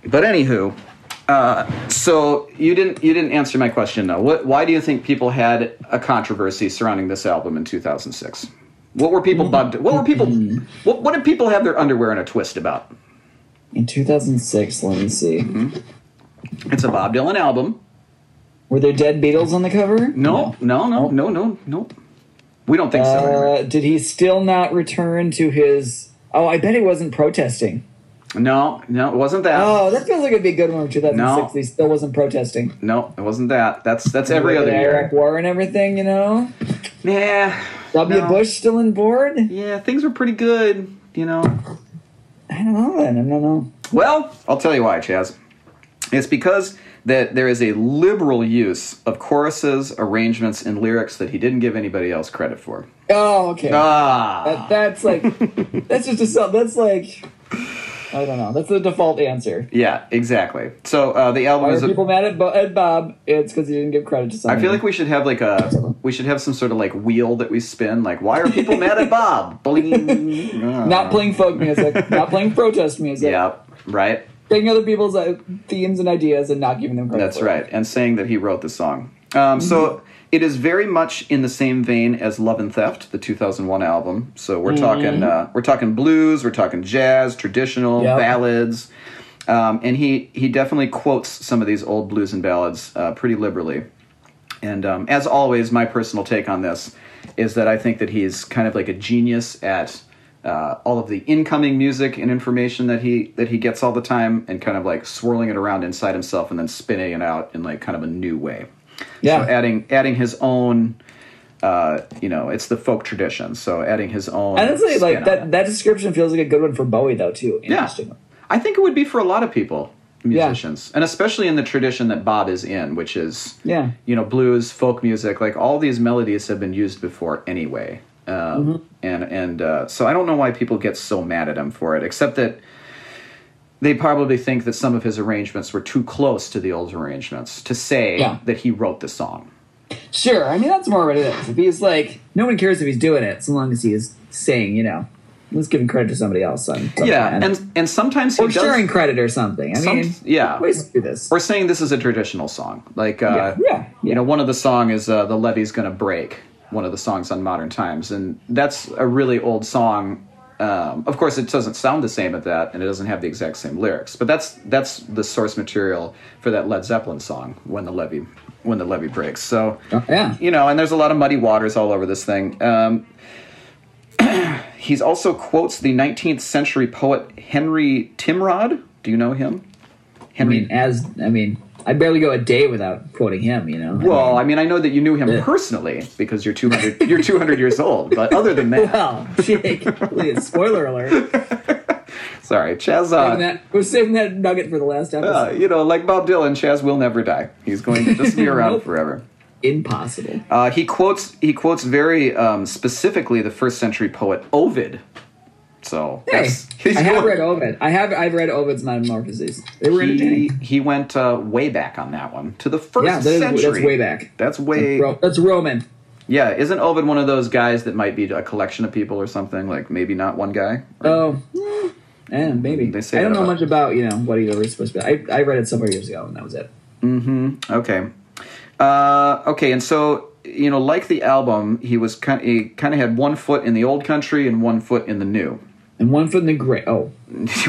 S2: But anywho, uh, so you didn't you didn't answer my question though. What why do you think people had a controversy surrounding this album in 2006? What were people bugged? What were people? What, what did people have their underwear in a twist about?
S3: In 2006, let me see.
S2: Mm-hmm. It's a Bob Dylan album.
S3: Were there dead Beatles on the cover?
S2: No, no, no, no, no, no. We don't think so. Anyway.
S3: Uh, did he still not return to his? Oh, I bet he wasn't protesting.
S2: No, no, it wasn't that.
S3: Oh, that feels like it'd be a good one for 2006.
S2: No.
S3: He still wasn't protesting.
S2: No, it wasn't that. That's that's every
S3: With
S2: other
S3: the Iraq
S2: year.
S3: War and everything, you know.
S2: Yeah,
S3: W.
S2: No.
S3: Bush still on board.
S2: yeah, things were pretty good. You know.
S3: I don't know. Then I don't know.
S2: Well, I'll tell you why, Chaz. It's because that there is a liberal use of choruses, arrangements, and lyrics that he didn't give anybody else credit for.
S3: Oh, okay.
S2: Ah,
S3: That- that's like that's just a sub. That's like I don't know. That's the default answer.
S2: yeah, exactly. So uh, the album
S3: Why
S2: is.
S3: are
S2: a-
S3: people mad at, Bo- at Bob? It's because he didn't give credit to someone.
S2: I feel like we should have like a we should have some sort of like wheel that we spin. Like, why are people mad at Bob? Bling.
S3: not playing folk music, not playing protest music,
S2: Yeah, right.
S3: taking other people's uh, themes and ideas and not giving them credit.
S2: That's
S3: for it.
S2: right, and saying that he wrote the song. Um, So it is very much in the same vein as Love and Theft, the 2001 album. So we're talking uh, we're talking blues, we're talking jazz, traditional
S3: Yep.
S2: ballads, um, and he he definitely quotes some of these old blues and ballads uh, pretty liberally. And um, as always, my personal take on this is that I think that he's kind of like a genius at uh, all of the incoming music and information that he that he gets all the time, and kind of like swirling it around inside himself and then spinning it out in like kind of a new way.
S3: Yeah.
S2: So adding adding his own, uh, you know, it's the folk tradition. So adding his own.
S3: Honestly,
S2: spin
S3: like
S2: on
S3: that,
S2: it.
S3: that description feels like a good one for Bowie though too.
S2: Yeah,
S3: Interestingly.
S2: I think it would be for a lot of people,
S3: Yeah.
S2: musicians, and especially in the tradition that Bob is in, which is
S3: Yeah.
S2: you know, blues, folk music, like all these melodies have been used before anyway. Um,
S3: Mm-hmm.
S2: And and uh, so I don't know why people get so mad at him for it, except that they probably think that some of his arrangements were too close to the old arrangements to say
S3: Yeah.
S2: that he wrote the song.
S3: Sure. I mean, that's more what it is. If he's like, no one cares if he's doing it, so long as he is saying, you know, let's give him credit to somebody else. On some
S2: Yeah,
S3: plan.
S2: and and sometimes he
S3: or
S2: does,
S3: sharing credit or something. I
S2: some-
S3: mean,
S2: yeah,
S3: ways to do this.
S2: or saying this is a traditional song. Like, uh,
S3: Yeah, yeah,
S2: you know, one of the song is uh, "The Levee's Gonna Break," one of the songs on Modern Times, and that's a really old song. Um, of course, it doesn't sound the same at that, and it doesn't have the exact same lyrics. But that's that's the source material for that Led Zeppelin song "When the Levee When the Levee Breaks." So,
S3: Oh, yeah.
S2: you know, and there's a lot of muddy waters all over this thing. Um, he's also quotes the 19th century poet Henry Timrod. Do you know him?
S3: I mean, as I mean, I barely go a day without quoting him. You know.
S2: Well, I mean, I know that you knew him personally because you're 200. You're 200 years old. But other than that,
S3: Well, Jake, please, spoiler alert.
S2: sorry, Chaz.
S3: And
S2: Uh,
S3: that, we're saving that nugget for the last
S2: uh,
S3: episode.
S2: you know, like Bob Dylan, Chaz will never die. He's going to just be around forever.
S3: Impossible.
S2: Uh, he quotes. He quotes very um, specifically the first century poet Ovid. So
S3: Hey,
S2: that's- he's
S3: I have
S2: going-
S3: read Ovid. I have. I've read Ovid's Metamorphoses. They were
S2: He,
S3: entertaining.
S2: he went uh, way back on that one to the first
S3: Yeah, that is,
S2: century.
S3: that's way back.
S2: That's way.
S3: Ro- that's Roman.
S2: Yeah, isn't Ovid one of those guys that might be a collection of people or something? Like maybe not one guy.
S3: Oh, eh, eh, maybe.
S2: They say
S3: I don't
S2: that
S3: know
S2: about-
S3: much about you know what he was supposed to be. I, I read it several years ago, and that was it.
S2: Okay. Uh, okay, and so you know, like the album, he was kind. He kind of had one foot in the old country and one foot in the new.
S3: And one foot in the grave. Oh,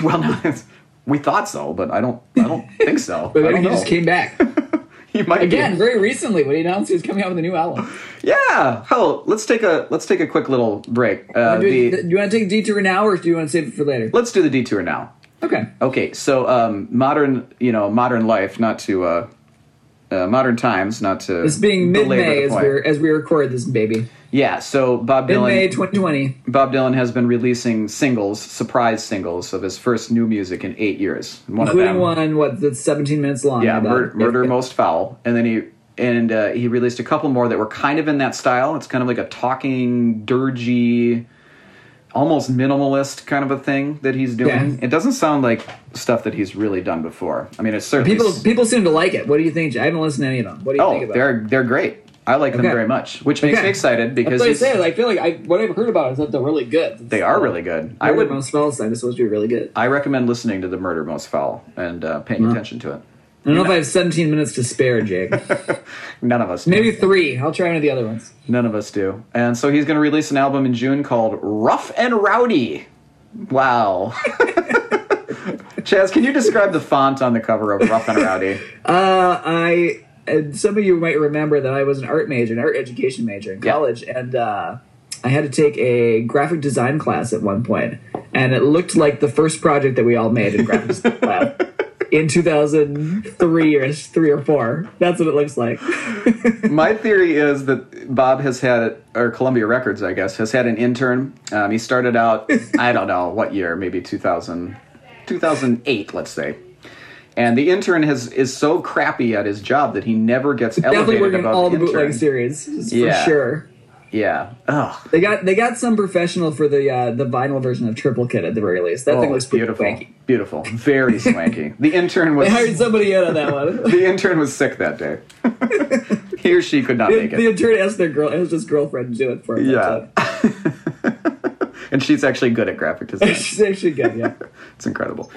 S2: well, no, it's- we thought so, but I don't. I don't think so. I
S3: but then
S2: don't
S3: he just
S2: know.
S3: came back
S2: He might be-
S3: again very recently when he announced he was coming out with a new album.
S2: Yeah. Hell, let's take a let's take a quick little break. Uh,
S3: do, you-
S2: the-
S3: do you want to take a detour now, or do you want to save it for later?
S2: let's do the detour now.
S3: Okay.
S2: Okay, so um, modern, you know, modern life, not to uh, uh, modern times, not to
S3: It's being mid
S2: belabor the
S3: May as
S2: point.
S3: we as we record this baby.
S2: yeah. So Bob
S3: Mid
S2: Dylan,
S3: May 2020.
S2: Bob Dylan has been releasing singles, surprise singles, of his first new music in eight years. One of
S3: Including
S2: them,
S3: one, what, that's 17 minutes long.
S2: yeah,
S3: about
S2: mur-
S3: it.
S2: Murder Most Foul, and then he and uh, he released a couple more that were kind of in that style. It's kind of like a talking, dirgy, almost minimalist kind of a thing that he's doing.
S3: Yeah.
S2: It doesn't sound like stuff that he's really done before. I mean, it's certainly
S3: People people seem to like it. What do you think? I haven't listened to any of them. What do you think
S2: Oh,
S3: about
S2: they're they're great. I like them
S3: Okay.
S2: very much, which makes
S3: Okay.
S2: me excited
S3: it?
S2: because
S3: That's what I
S2: he's-
S3: say. like, I feel like I, what I've heard about is that they're really good.
S2: they are really good. I would
S3: Most spells sign is supposed to be really good. I
S2: I recommend listening to the Murder Most Foul and uh, paying attention to it.
S3: don't know if I have 17 minutes to spare, Jake.
S2: None of us.
S3: Maybe three. I'll try one of the other ones.
S2: None of us do. And so he's going to release an album in June called Rough and Rowdy. Wow. Chaz, can you describe the font on the cover of Rough and Rowdy?
S3: I and some of you might remember that I was an art major, an art education major in
S2: Yeah.
S3: college, and uh, I had to take a graphic design class at one point, and it looked like the first project that we all made in graphic design lab in 2003 or three or four. That's what it looks like.
S2: My theory is that Bob has had it, or Columbia Records, I guess, has had an intern. Um, he started out, I don't know what year, maybe 2000, 2008, let's say. And the intern has is so crappy at his job that he never gets
S3: Definitely
S2: elevated
S3: working
S2: above
S3: all the
S2: intern.
S3: bootleg series for
S2: Yeah.
S3: sure.
S2: Yeah. Ugh.
S3: They got they got some professional for the uh, the vinyl version of Triplicate at the very least. That
S2: Oh,
S3: thing looks pretty
S2: beautiful.
S3: Wanky.
S2: Beautiful. Very swanky. The intern
S3: I hired
S2: was
S3: somebody out on that one.
S2: the intern was sick that day. he or she could not make
S3: the
S2: it.
S3: intern asked their girl, asked his girlfriend to do it for him.
S2: Yeah. and she's actually good at graphic design.
S3: She's actually good, yeah.
S2: It's incredible.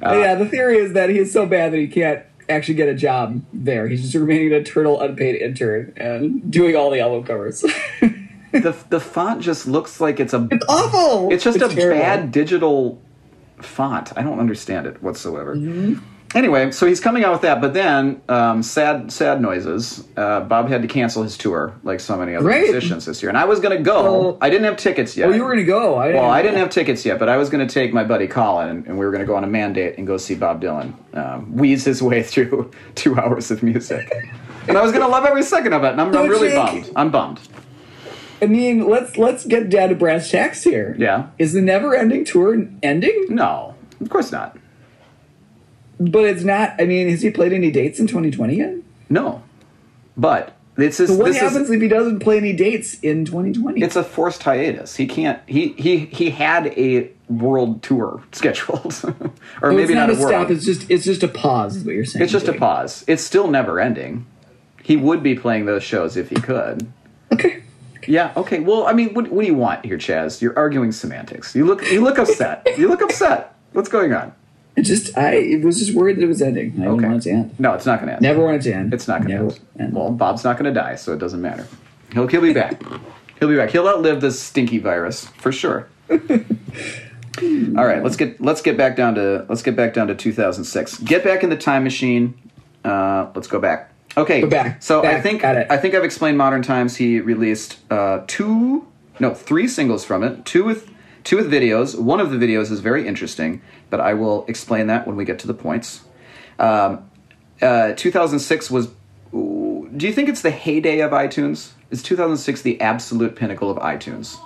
S3: But yeah, the theory is that he's so bad that he can't actually get a job there. He's just remaining an eternal unpaid intern and doing all the album covers.
S2: the the font just looks like it's a
S3: Awful!
S2: it's just a
S3: terrible.
S2: bad digital font. I don't understand it whatsoever.
S3: Mm-hmm.
S2: Anyway, so he's coming out with that, but then um, sad sad noises. Uh, Bob had to cancel his tour, like so many other
S3: Right.
S2: musicians this year, and I was going to go.
S3: Oh.
S2: I didn't have tickets yet.
S3: Oh, you were gonna go. I didn't
S2: well, I didn't have tickets yet, but I was going to take my buddy Colin, and we were going to go on a mandate and go see Bob Dylan, um, wheeze his way through two hours of music, and I was going to love every second of it. And I'm, I'm
S3: Don't
S2: really
S3: shake.
S2: bummed. I'm bummed.
S3: I mean, let's let's get down to brass tacks here.
S2: Yeah.
S3: Is the never ending tour ending?
S2: No, of course not.
S3: But it's not I mean, has he played any dates in twenty twenty yet?
S2: No, but this is
S3: What
S2: this is-
S3: happens if he doesn't play any dates in twenty twenty?
S2: it's a forced hiatus. He can't. He he he had a world tour scheduled, or
S3: Well,
S2: maybe
S3: it's
S2: not,
S3: not,
S2: a
S3: a
S2: world.
S3: stop. It's just it's just a pause. Is what you're saying?
S2: It's just a
S3: Jake.
S2: pause. It's still never ending. He would be playing those shows if he could.
S3: Okay.
S2: Yeah. Okay. Well, I mean, what, what do you want here, Chaz? You're arguing semantics. You look you look upset. you look upset. What's going on?
S3: It just I it was just worried that it was ending. I didn't want it to end.
S2: No, it's not going to end.
S3: Never wanted to end.
S2: It's not going
S3: Never
S2: to end. Well, Bob's not going to die, so it doesn't matter. He'll he'll be back. he'll be back. He'll outlive this stinky virus for sure. All right, let's get let's get back down to let's get back down to 2006. Get back in the time machine. Uh, let's go back. Okay,
S3: Go back,
S2: So I
S3: back,
S2: think
S3: got it.
S2: I think I've explained modern times. He released uh, two, no, three singles from it. Two with two with videos. One of the videos is very interesting, but I will explain that when we get to the points. Um, uh, 2006 was. ooh, Do you think it's the heyday of iTunes? Is 2006 the absolute pinnacle of iTunes?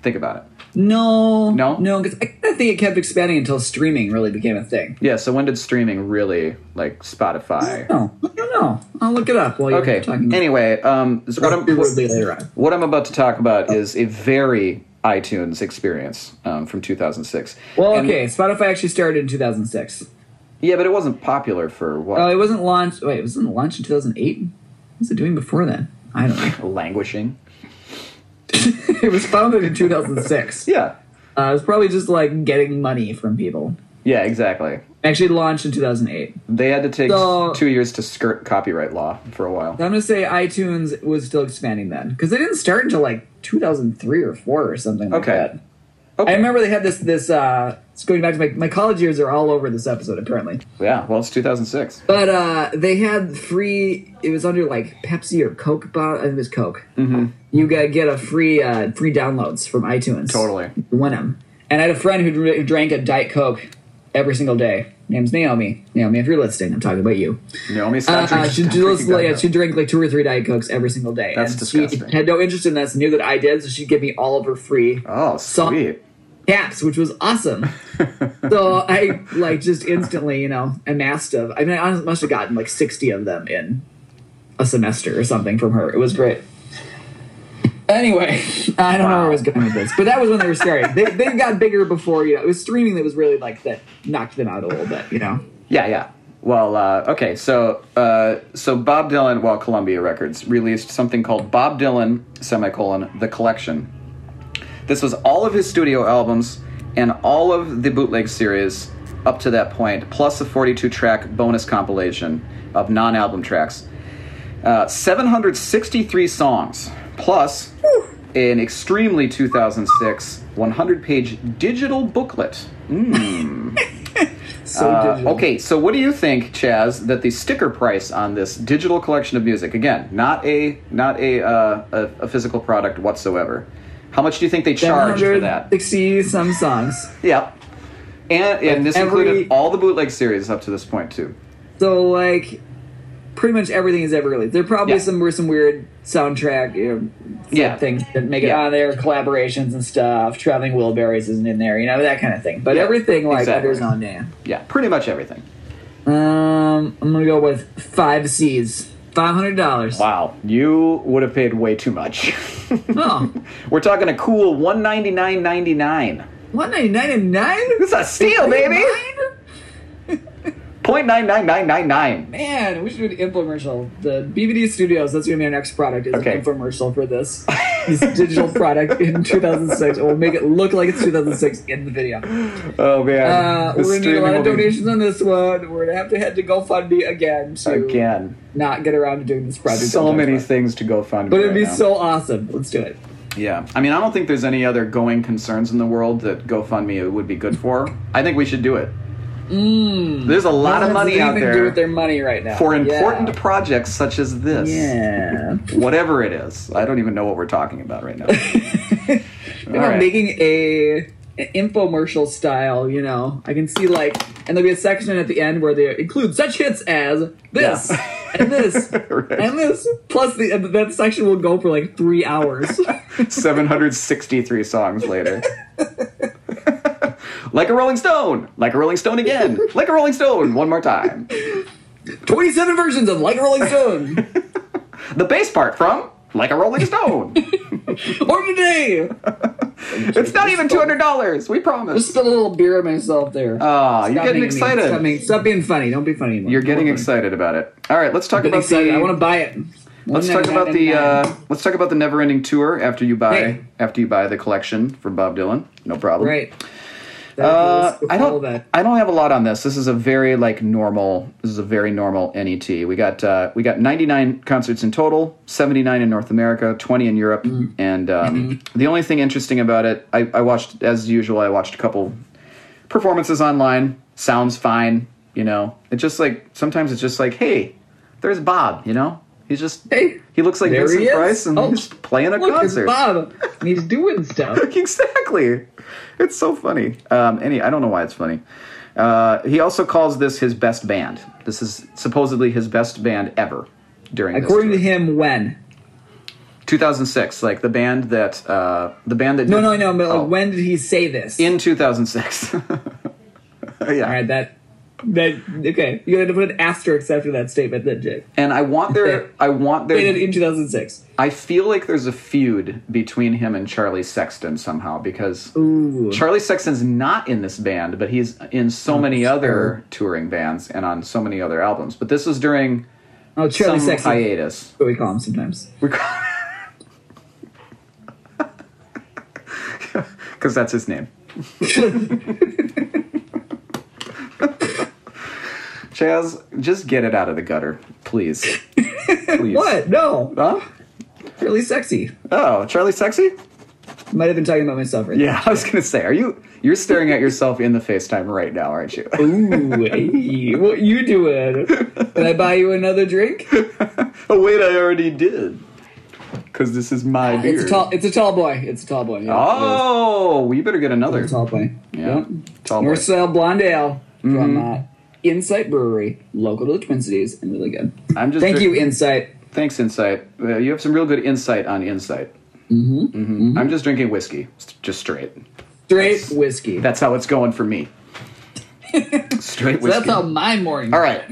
S2: Think about it.
S3: No,
S2: No?
S3: no, because I kinda think it kept expanding until streaming really became a thing.
S2: Yeah. So when did streaming really like Spotify?
S3: No, I don't know. I'll look it up while you're
S2: Okay.
S3: talking.
S2: Anyway, um, so what,
S3: It would
S2: I'm,
S3: be later on.
S2: what I'm about to talk about is a very iTunes experience um, from 2006.
S3: Well,
S2: And-
S3: okay. Spotify actually started in 2006.
S2: Yeah, but it wasn't popular for what?
S3: Oh, it wasn't launched. Wait, it wasn't launched in 2008. What was it doing before then? I don't know.
S2: languishing.
S3: it was founded in 2006.
S2: Yeah.
S3: Uh, it was probably just like getting money from people.
S2: Yeah. Exactly.
S3: Actually, launched in 2008.
S2: They had to take
S3: So-
S2: two years to skirt copyright law for a while.
S3: I'm gonna say iTunes was still expanding then because they didn't start until like 2003 or four or something like
S2: Okay.
S3: that.
S2: Okay.
S3: I remember they had this this uh, it's going back to my my college years are all over this episode apparently,
S2: Yeah. Well, it's 2006.
S3: but uh, they had free. It was under like Pepsi or Coke. Bottle, I think it was Coke. Mm-hmm. You got get a free uh, free downloads from iTunes.
S2: Totally.
S3: win them. And I had a friend who dr- drank a Diet Coke every single day. Name's Naomi. Naomi, if you're listening, I'm talking about you.
S2: Naomi
S3: Uh,
S2: stop
S3: uh,
S2: drinking-
S3: she,
S2: stop
S3: she,
S2: drinking
S3: was like,
S2: Diet
S3: she
S2: Coke.
S3: drank like two or three Diet Cokes every single day.
S2: That's
S3: and
S2: disgusting.
S3: She had no interest in this, knew that I did, so she gave me all of her free
S2: Oh,
S3: So-
S2: sweet.
S3: caps, which was awesome. so I like just instantly, you know, amassed of. I mean, I must have gotten like 60 of them in a semester or something from her. It was great. Anyway, I don't know where I was going with this, but that was when they were starting. they, they got bigger before, you know, it was streaming that was really like that knocked them out a little bit, you know?
S2: Yeah, yeah. Well, uh, okay, so uh, so Bob Dylan, well, Columbia Records released something called Bob Dylan semicolon the collection. This was all of his studio albums and all of the bootleg series up to that point, plus a 42 track bonus compilation of non album tracks. Uh, 763 songs, plus an extremely 2006 100 page digital booklet
S3: So
S2: Uh,
S3: digital.
S2: okay, so what do you think, Chaz, that the sticker price on this digital collection of music again, not a not a uh, a, a physical product whatsoever? How much do you think they charge for that?
S3: 160 some songs.
S2: Yep. And, and this
S3: every-
S2: included all the bootleg series up to this point too.
S3: So like, pretty much everything is ever released. There probably
S2: Yeah.
S3: some were some weird soundtrack, you know,
S2: Yeah.
S3: things that make
S2: Yeah.
S3: it on there, collaborations and stuff. Traveling Wilburys isn't in there, you know that kind of thing. But
S2: Yeah,
S3: everything like
S2: exactly.
S3: others on there.
S2: Yeah, pretty much everything.
S3: Um, I'm gonna go with five C's, five hundred dollars.
S2: Wow, you would have paid way too much.
S3: Oh,
S2: We're talking a cool one ninety nine ninety nine.
S3: one ninety nine and nine.
S2: It's a steal, baby. Point nine nine nine nine nine.
S3: Man, we should do an infomercial. The BVD Studios, that's going to be our next product, is
S2: Okay.
S3: an infomercial for this, this digital product in 2006. We'll make it look like it's 2006 in the video.
S2: Oh man,
S3: Uh,
S2: The
S3: we're going to need a
S2: streaming
S3: lot
S2: will
S3: of
S2: be-
S3: donations on this one. We're going to have to head to GoFundMe again to
S2: again.
S3: not get around to doing this project.
S2: so many
S3: But
S2: things to go fund.
S3: it'd be so awesome. Let's do it.
S2: yeah. I mean, I don't think there's any other going concerns in the world that GoFundMe would be good for. I think we should do it. Mm, there's a lot of
S3: What does
S2: money
S3: it
S2: out
S3: even do
S2: there
S3: with their money right now.
S2: for
S3: Yeah.
S2: important projects such as this.
S3: Yeah.
S2: Whatever it is, I don't even know what we're talking about right now. All
S3: You know,
S2: right.
S3: making a an infomercial style, you know. I can see like and there'll be a section at the end where they include such hits as this
S2: Yeah.
S3: and this
S2: Right.
S3: and this. Plus the and that section will go for like three hours.
S2: 763 songs later. like a Rolling Stone, like a Rolling Stone again, like a Rolling Stone one more time.
S3: Twenty seven versions of Like a Rolling Stone.
S2: The bass part from Like a Rolling Stone.
S3: or today.
S2: it's not even $200, we promise.
S3: Just spilled a little beer on myself there.
S2: Ah, you're
S3: Stop
S2: getting
S3: making me- Stop,
S2: excited.
S3: making, stop being funny. Don't be funny anymore.
S2: You're getting
S3: Don't be funny.
S2: excited about it. All right, let's talk
S3: I'm getting
S2: about
S3: excited.
S2: the.
S3: I want to buy it.
S2: let's talk about the. Uh, let's talk about the never-ending tour after you buy
S3: Hey.
S2: after you buy the collection from Bob Dylan. No problem.
S3: right.
S2: Uh, I
S3: All
S2: don't.
S3: that.
S2: I don't have a lot on this. This is a very like normal. This is a very normal NET. We got uh, we got 99 concerts in total, 79 in North America, 20 in Europe,
S3: Mm-hmm.
S2: and um, the only thing interesting about it, I, I watched as usual. I watched a couple performances online. Sounds fine, you know. It just like sometimes it's just like, hey, there's Bob, you know. He's just
S3: Hey,
S2: he looks like
S3: there he
S2: Vincent
S3: is.
S2: Price and
S3: Oh,
S2: he's playing a
S3: Look,
S2: concert.
S3: it's Bob. And he's doing stuff.
S2: exactly. It's so funny. Um, any, I don't know why it's funny. Uh, he also calls this his best band. This is supposedly his best band ever during this
S3: According to
S2: tour.
S3: him, when?
S2: 2006, like the band that uh, the band that
S3: No,
S2: did-
S3: no, no. But like,
S2: Oh.
S3: when did he say this?
S2: in 2006. yeah,
S3: All right, that. That okay. You had to put an asterisk after that statement, then Jake.
S2: and I want their I want
S3: Stated
S2: their
S3: in 2006.
S2: I feel like there's a feud between him and Charlie Sexton somehow because
S3: Ooh. Oh,
S2: Charlie Sexton's not in this band, but he's in so many other touring bands and on so many other albums. But this was during
S3: Oh, Charlie
S2: some
S3: Sexton.
S2: hiatus.
S3: What we call him sometimes.
S2: Because that's his name. Chaz, just get it out of the gutter, please. please.
S3: What? No,
S2: Huh?
S3: Charlie Sexy.
S2: Oh, Charlie Sexy?
S3: Might have been talking about myself right
S2: Yeah, I was gonna say, are you you're staring at yourself in the FaceTime right now, aren't you?
S3: there. Ooh, hey, what you doing? Can I buy you another drink?
S2: oh wait, I already did. Cause this is my beer.
S3: It's a tall. It's a tall boy. It's a tall boy. Yeah, it
S2: Oh, we better get another.
S3: is. It's a tall boy.
S2: Yeah.
S3: Yep.
S2: Tall boy.
S3: North Sale Blonde Ale
S2: Mm-hmm.
S3: from uh, Insight Brewery, local to the Twin Cities, and really good.
S2: I'm just
S3: Thank
S2: dri-
S3: you, Insight.
S2: Thanks, Insight. Uh, you have some real good insight on Insight. Mm-hmm. I'm just drinking whiskey, s- just straight.
S3: Straight whiskey.
S2: That's how it's going for me. straight
S3: so
S2: whiskey.
S3: that's how my morning.
S2: All right,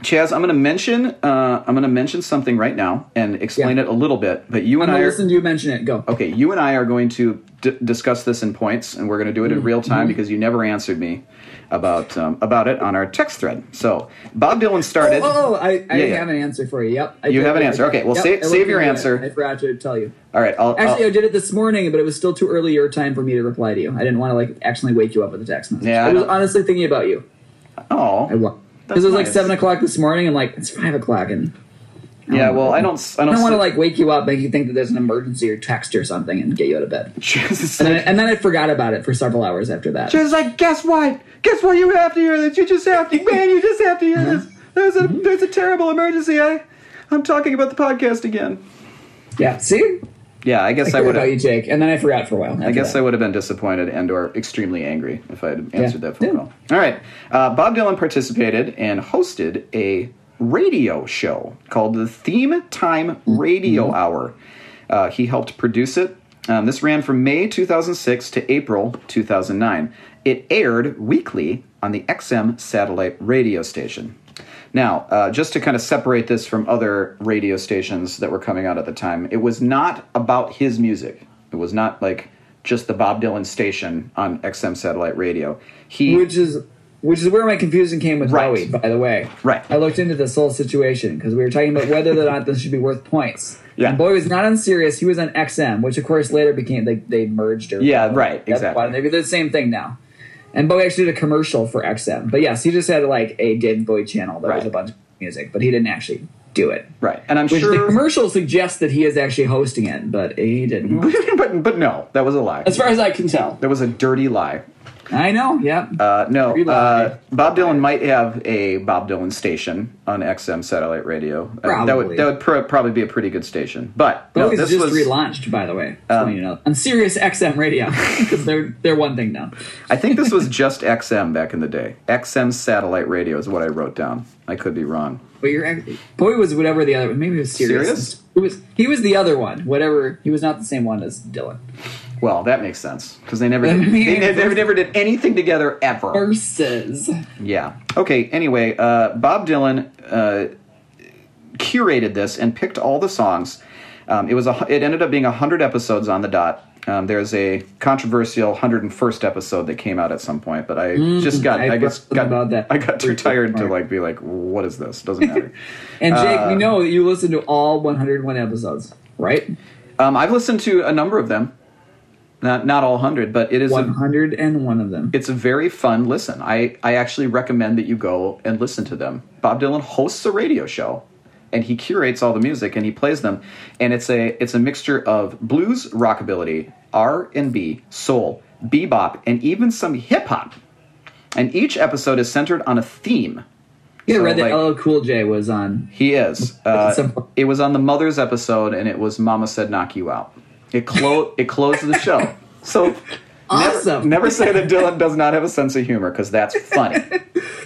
S2: Chaz. I'm going to mention. Uh, I'm going to mention something right now and explain
S3: Yeah.
S2: it a little bit. But you
S3: I'm
S2: and I
S3: gonna
S2: are
S3: listen to you mention it. Go.
S2: okay. You and I are going to d- discuss this in points, and we're going to do it
S3: Mm-hmm.
S2: in real time because you never answered me about um, about it on our text thread. So Bob Dylan started.
S3: Oh, I, I
S2: Yeah, yeah.
S3: have an answer for you. Yep. I
S2: You
S3: did.
S2: have an answer. Okay, well,
S3: Yep,
S2: sa-
S3: I looked
S2: save your
S3: into it.
S2: answer. Oh.
S3: I forgot to tell you.
S2: All right. I'll,
S3: Actually,
S2: I'll-
S3: I did it this morning, but it was still too early your time for me to reply to you. I didn't want to like actually wake you up with a text message.
S2: Yeah, I
S3: I was
S2: don't-
S3: honestly thinking about you.
S2: oh,
S3: I because it was like seven o'clock this morning, and like it's five o'clock, and
S2: Yeah, well, I don't. s- I
S3: I
S2: don't,
S3: don't want to
S2: sleep-
S3: like wake you up, make you think that there's an emergency or text or something, and get you out of bed.
S2: Jesus,
S3: And then, and then I forgot about it for several hours after that.
S2: Just like, guess what? Guess what? You have to hear this. You just have to, man. You just have to hear this. There's a there's a terrible emergency. I I'm talking about the podcast again.
S3: Yeah, see,
S2: Yeah, I guess I,
S3: I heard
S2: would.
S3: about you,
S2: I
S3: Jake, and then I forgot for a while. after
S2: guess
S3: that.
S2: I would have been disappointed and or extremely angry if I had answered
S3: Yeah.
S2: that phone
S3: Yeah.
S2: call. All right, uh, Bob Dylan participated and hosted a radio show called the Theme Time Radio Hour. Uh, he helped produce it. Um, this ran from May 2006 to April 2009. It aired weekly on the XM satellite radio station. Now, uh, just to kind of separate this from other radio stations that were coming out at the time, it was not about his music. It was not like just the Bob Dylan station on XM satellite radio. He
S3: which is which is where my confusion came with
S2: Right.
S3: Bowie. By the way,
S2: Right.
S3: I looked into this whole situation because we were talking about whether or not this should be worth points.
S2: Yeah.
S3: and Bowie was not on Sirius; he was on XM, which of course later became they they merged. Or
S2: Yeah, right,
S3: That's
S2: exactly.
S3: why they're the same thing now. And Bowie actually did a commercial for XM, but yes, he just had like a David Bowie channel that was
S2: Right.
S3: a bunch of music, but he didn't actually do it.
S2: right, and I'm
S3: Which the
S2: sure,
S3: commercial suggests that he is actually hosting it, but he didn't.
S2: but but no, that was a lie.
S3: Mm-hmm. As far as I can tell,
S2: That was a dirty lie.
S3: I know. Yeah,
S2: Uh, no,
S3: Dirty lie.
S2: uh, Bob Dylan might have a Bob Dylan station on XM satellite radio. Uh, that
S3: Probably.
S2: would that would pr- probably be a pretty good station. But no,
S3: Bowie's
S2: this
S3: just
S2: was um,
S3: relaunched, by the way. Just letting you know, on Sirius XM radio because they're they're one thing now.
S2: I think this was just XM back in the day. XM satellite radio is what I wrote down. I could be wrong.
S3: But you're Bowie was whatever the other maybe it was Sirius.
S2: Sirius?
S3: It was he was the other one. Whatever he was not the same one as Dylan.
S2: Well, that makes sense because they never
S3: I
S2: did,
S3: mean,
S2: they, ne- they never did anything together ever.
S3: Versus
S2: Yeah. Okay. Anyway, uh, Bob Dylan uh, curated this and picked all the songs. Um, it was a, hu- it ended up being hundred episodes on the dot. Um, there's a controversial 101st episode that came out at some point, but I just got
S3: Mm, I
S2: I, just
S3: read
S2: got
S3: about that.
S2: I got too
S3: Pretty
S2: tired to
S3: smart.
S2: like be like, what is this? Doesn't matter.
S3: and Jake,
S2: Uh,
S3: we know that you listened to all 101 episodes, right?
S2: um, I've listened to a number of them, not not all hundred, but it is a,
S3: 101 of them.
S2: it's a very fun listen. I, I actually recommend that you go and listen to them. Bob Dylan hosts a radio show and he curates all the music and he plays them and it's a it's a mixture of blues, rockabilly, R&B, soul, bebop and even some hip hop. And each episode is centered on a theme.
S3: Yeah, I
S2: so,
S3: read that
S2: like-
S3: LL Cool J was on.
S2: He is. Uh,
S3: Simple.
S2: it was on the Mother's episode and it was Mama said knock you out. It clo- it closed the show. So
S3: Awesome.
S2: never say that Dylan does not have a sense of humor because that's funny.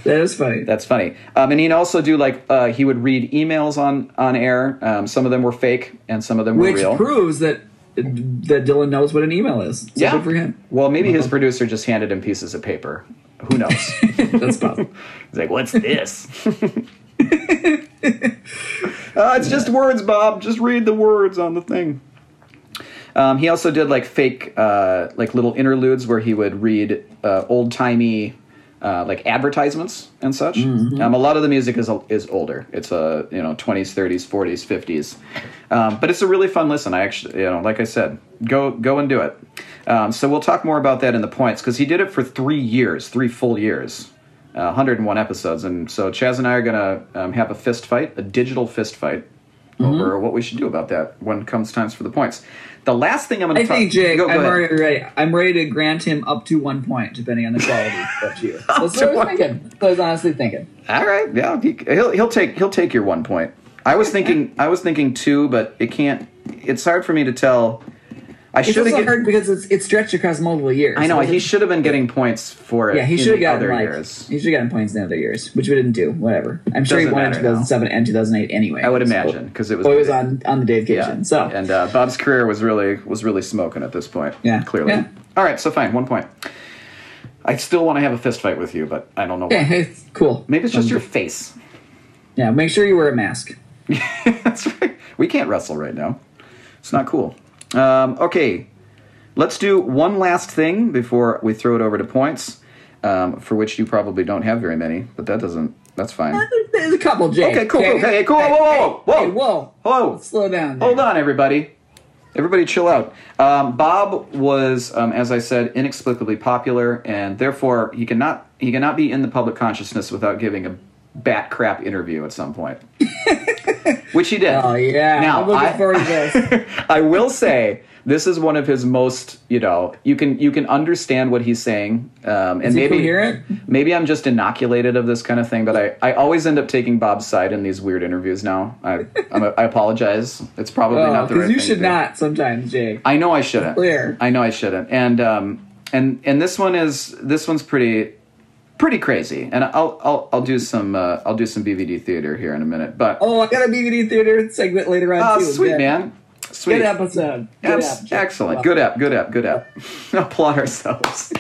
S3: That is funny.
S2: That's funny. Um, and he'd also do like uh, he would read emails on on air. Um, some of them were fake, and some of them
S3: Which
S2: were real.
S3: proves that that Dylan knows what an email is. So
S2: yeah.
S3: good for him. Uh-huh.
S2: Well, maybe his producer just handed him pieces of paper. Who knows? He's
S3: That's possible.
S2: like, "What's this?" uh, it's just words, Bob. Just read the words on the thing. Um, he also did like fake, uh, like little interludes where he would read uh, old timey, uh, like advertisements and such. Um, a lot of the music is is older. It's a you know twenties, thirties, forties, fifties, um, but it's a really fun listen. I actually, you know, like I said, go go and do it. Um, so we'll talk more about that in the points because he did it for three years, three full years. Uh, 101 episodes, and so Chaz and I are gonna um, have a fist fight, a digital fist fight,
S3: Mm-hmm.
S2: over what we should do about that when it comes times for the points. The last thing I'm going
S3: I
S2: to talk.
S3: think Jake,
S2: Go- go
S3: I'm
S2: ahead.
S3: already ready. I'm ready to grant him up to one point, depending on the quality of you. That's what I
S2: to
S3: was
S2: one.
S3: thinking. That's what I was honestly thinking.
S2: All right, yeah, he, he'll he'll take he'll take your one point. I was thinking I was thinking two, but it can't. It's hard for me to tell. I
S3: It's
S2: should
S3: also
S2: have.
S3: hard because it's it's stretched across multiple years.
S2: I know
S3: So
S2: he should have been getting points for it.
S3: Yeah, he
S2: in
S3: should have
S2: the
S3: gotten
S2: other
S3: like,
S2: years.
S3: he should have gotten points in the other years, which we didn't do. Whatever. I'm sure he
S2: Doesn't
S3: won in
S2: matter now.
S3: 2007 and 2008 anyway.
S2: I would
S3: So-
S2: imagine because it was.
S3: So it was on on the Dave Kitchen.
S2: Yeah.
S3: So
S2: and uh, Bob's career was really was really smoking at this point.
S3: Yeah.
S2: clearly.
S3: Yeah.
S2: All right, so fine, one point. I still want to have a fist fight with you, but I don't know why.
S3: yeah, Um, it's cool.
S2: Maybe it's just your face.
S3: Yeah, make sure you wear a mask.
S2: That's right. We can't wrestle right now. It's not cool. Um, okay, let's do one last thing before we throw it over to points, um, for which you probably don't have very many, but that doesn't. That's fine.
S3: There's a couple, Jake.
S2: Okay, cool, cool, okay, cool, whoa, whoa, whoa,
S3: hey,
S2: whoa.
S3: whoa.
S2: Whoa.
S3: Slow down. there.
S2: Hold on, everybody. Everybody, chill out. Um, Bob was, um, as I said, inexplicably popular, and therefore he cannot he cannot be in the public consciousness without giving a bat crap interview at some point. which he did.
S3: Oh yeah.
S2: Now,
S3: I'm looking
S2: I-
S3: forward to this.
S2: I will say this is one of his most, you know, you can you can understand what he's saying, um, and
S3: Is he
S2: maybe
S3: coherent?
S2: maybe I'm just inoculated of this kind of thing, but I, I always end up taking Bob's side in these weird interviews. Now I I'm a, I apologize. It's probably
S3: Oh,
S2: not the right.
S3: because you
S2: thing
S3: should
S2: to do.
S3: not sometimes, Jake.
S2: I know I shouldn't.
S3: Clear.
S2: I know I shouldn't. And um and and this one is this one's pretty pretty crazy. And I'll I'll I'll do some uh, I'll do some BVD theater here in a minute. But
S3: Oh, I got a BBD theater segment later on
S2: Ah,
S3: too.
S2: sweet
S3: Yeah.
S2: man. Sweet.
S3: Good episode. Good
S2: Abs-
S3: episode.
S2: excellent. Good app. Good app. Good app. Applaud ourselves.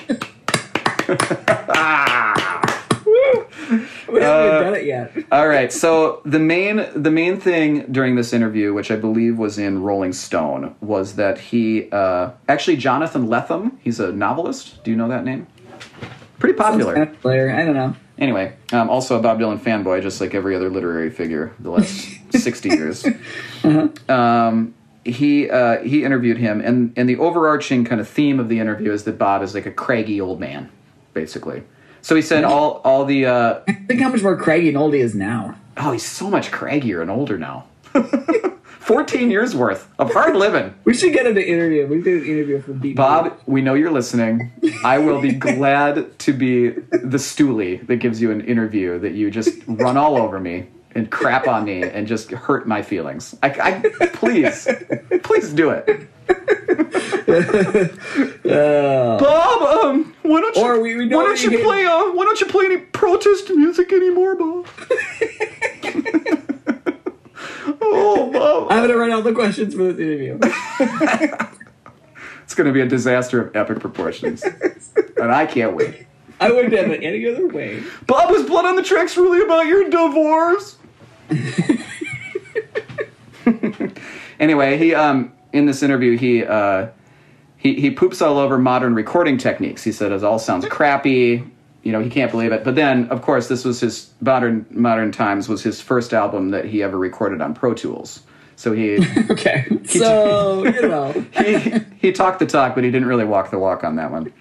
S3: We
S2: uh,
S3: haven't even done it yet.
S2: All right. So the main the main thing during this interview, which I believe was in Rolling Stone, was that he uh, actually Jonathan Lethem. He's a novelist. Do you know that name? Pretty popular.
S3: Kind of player. I don't know.
S2: Anyway, um, also a Bob Dylan fanboy, just like every other literary figure the last sixty years. Um, he uh, he interviewed him, and and the overarching kind of theme of the interview is that Bob is like a craggy old man, basically. So he said all all the uh,
S3: Think how much more craggy and old he is now.
S2: oh he's so much craggier and older now, fourteen years worth of hard living.
S3: We should get him to interview. him. We did an interview for BBD.
S2: Bob, we know you're listening. I will be glad to be the stoolie that gives you an interview that you just run all over me and crap on me and just hurt my feelings. I, I please, please do it. Bob, um, why don't you,
S3: Or we- we know
S2: why don't
S3: that
S2: you
S3: you hate-
S2: play uh, why don't you play any protest music anymore, Bob? oh, Bob.
S3: I'm gonna run out the questions for this interview.
S2: It's going to be a disaster of epic proportions. and I can't wait.
S3: I wouldn't have it any other way.
S2: Bob, was Blood on the Tracks really about your divorce? anyway, he um in this interview he uh he, he poops all over modern recording techniques. He said it all sounds crappy. You know, he can't believe it. But then, of course, this was his modern modern times was his first album that he ever recorded on Pro Tools. So he
S3: Okay. So you know.
S2: he, he talked the talk, but he didn't really walk the walk on that one.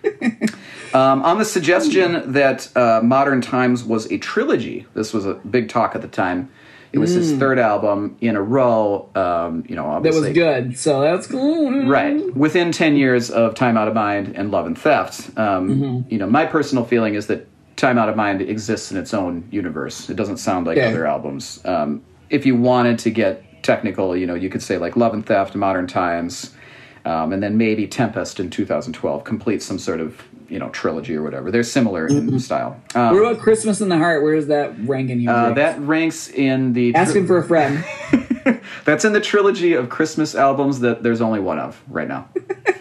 S2: Um, on the suggestion that uh, Modern Times was a trilogy, this was a big talk at the time. It was his third album in a row. Um, you know,
S3: Mm. That
S2: obviously
S3: was good. So that's cool.
S2: Right. Within 10 years of Time Out of Mind and Love and Theft, um, you know, my personal feeling is that Time Out of Mind exists in its own universe. It doesn't sound like
S3: Okay.
S2: other albums. Um, if you wanted to get technical, you know, you could say like Love and Theft, Modern Times, um, and then maybe Tempest in 2012 completes some sort of, you know, trilogy or whatever. They're similar in style. Um,
S3: What about Christmas in the Heart? Where is that ranking? you?
S2: uh,
S3: Jake?
S2: that ranks in the
S3: asking for a friend.
S2: that's in the trilogy of Christmas albums that there's only one of right now.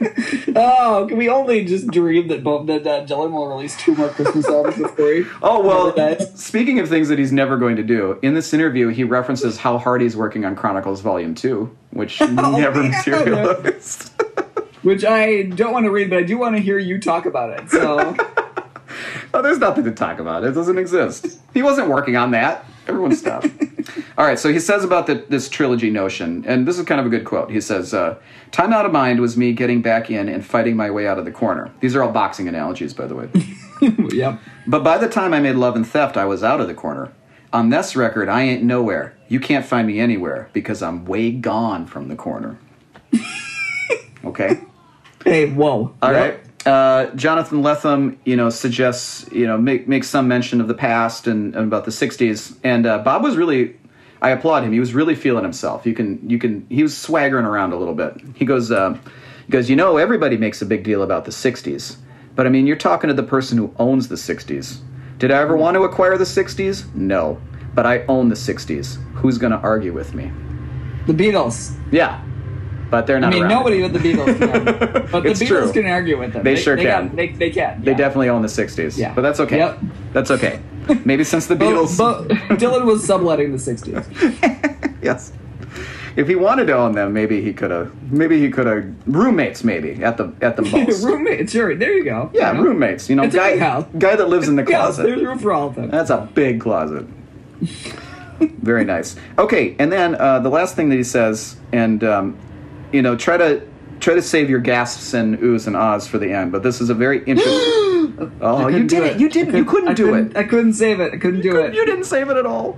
S3: Oh, can we only just dream that Bob that uh, Dylan will release two more Christmas albums with Corey?
S2: Oh
S3: Remember
S2: well.
S3: that?
S2: Speaking of things that he's never going to do, in this interview he references how hard he's working on Chronicles Volume Two, which never
S3: Oh, yeah.
S2: materialized.
S3: which I don't want to read, but I do want to hear you talk about it. So
S2: oh, there's nothing to talk about. It doesn't exist. He wasn't working on that. Everyone stop. All right, so he says about the, this trilogy notion, and this is kind of a good quote. He says, uh, "Time out of mind was me getting back in and fighting my way out of the corner." These are all boxing analogies, by the way.
S3: yep.
S2: But by the time I made Love and Theft, I was out of the corner. On this record, I ain't nowhere. You can't find me anywhere because I'm way gone from the corner. Okay?
S3: Hey, whoa.
S2: All right. Uh, Jonathan Lethem, you know, suggests, you know, make, makes some mention of the past and, and about the 60s. And uh, Bob was really, I applaud him. He was really feeling himself. You can, you can, he was swaggering around a little bit. He goes, uh, he goes, you know, everybody makes a big deal about the 60s. But I mean, you're talking to the person who owns the 60s. Did I ever want to acquire the 60s? No. But I own the 60s. Who's going to argue with me?
S3: The Beatles.
S2: Yeah. But they're
S3: I
S2: not
S3: mean,
S2: around.
S3: nobody but the Beatles can. But the
S2: It's
S3: Beatles
S2: true.
S3: can argue with them.
S2: They sure
S3: they got-
S2: can.
S3: they, they can.
S2: They
S3: yeah.
S2: definitely own the 60s.
S3: Yeah.
S2: But that's okay.
S3: Yep.
S2: That's okay. Maybe since the Beatles.
S3: But, but Dylan was subletting the 60s.
S2: yes. If he wanted to own them, maybe he could have. Maybe he could have roommates. Maybe at the at the most.
S3: Roommate, sure. There you go.
S2: yeah,
S3: You know?
S2: roommates. You know,
S3: It's a
S2: guy
S3: big house.
S2: guy that lives in the
S3: Yeah,
S2: closet.
S3: there's room for all of them.
S2: That's a big closet. Very nice. Okay, and then uh, the last thing that he says, and um, you know, try to try to save your gasps and oohs and ahs for the end. But this is a very interesting. oh, you
S3: couldn't do
S2: did it.
S3: it.
S2: You didn't. You couldn't
S3: I
S2: do it.
S3: couldn't, I couldn't save it. I couldn't do it.
S2: You didn't save it at all.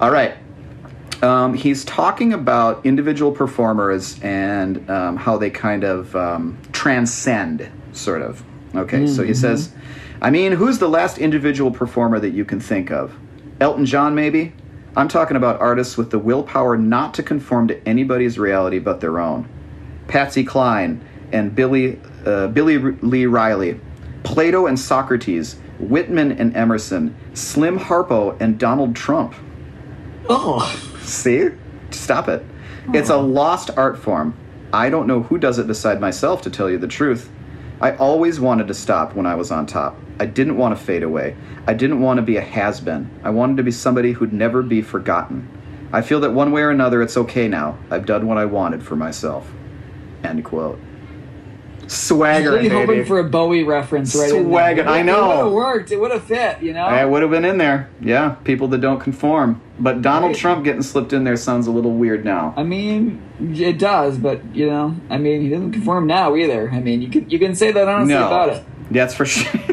S2: All right. Um, he's talking about individual performers and um, how they kind of um, transcend, sort of. Okay, so
S3: Mm-hmm.
S2: he says, I mean, who's the last individual performer that you can think of? Elton John, maybe? I'm talking about artists with the willpower not to conform to anybody's reality but their own. Patsy Cline and Billy, uh, Billy R- Lee Riley, Plato and Socrates, Whitman and Emerson, Slim Harpo and Donald Trump.
S3: Oh,
S2: See? Stop it. It's a lost art form. I don't know who does it beside myself, to tell you the truth. I always wanted to stop when I was on top. I didn't want to fade away. I didn't want to be a has been. I wanted to be somebody who'd never be forgotten. I feel that one way or another, it's okay now. I've done what I wanted for myself. End quote. Swagger,
S3: really
S2: baby.
S3: hoping for a Bowie reference right in there.
S2: Swagger, I
S3: It
S2: know.
S3: would have worked. It would have fit, you know?
S2: I would have been in there. Yeah, people that don't conform. But Donald
S3: Right.
S2: Trump getting slipped in there sounds a little weird now.
S3: I mean, it does, but, you know, I mean, he doesn't conform now either. I mean, you can, you can say that honestly
S2: no,
S3: about it.
S2: that's for sure.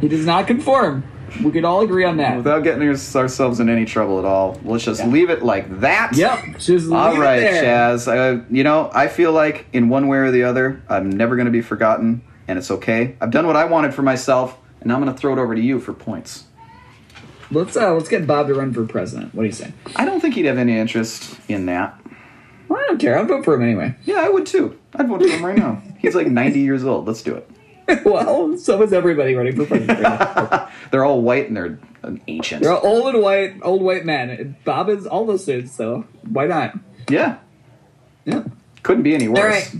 S3: He does not conform. We could all agree on that.
S2: Without getting us- ourselves in any trouble at all, let's just leave it like that.
S3: Yep. Just leave
S2: All right,
S3: it there.
S2: Chaz. Uh, you know, I feel like in one way or the other, I'm never going to be forgotten, and it's okay. I've done what I wanted for myself, and now I'm going to throw it over to you for points.
S3: Let's uh, let's get Bob to run for president. What do you say?
S2: I don't think he'd have any interest in that.
S3: Well, I don't care. I'll vote for him anyway.
S2: Yeah, I would too. I'd vote for him right now. He's like 90 years old. Let's do it.
S3: well, so is everybody running for president. right now.
S2: They're all white and they're uh, ancient.
S3: They're all old and white, old white men. Bob is all listed, so why not?
S2: yeah,
S3: Yeah.
S2: couldn't be any worse.
S3: All right.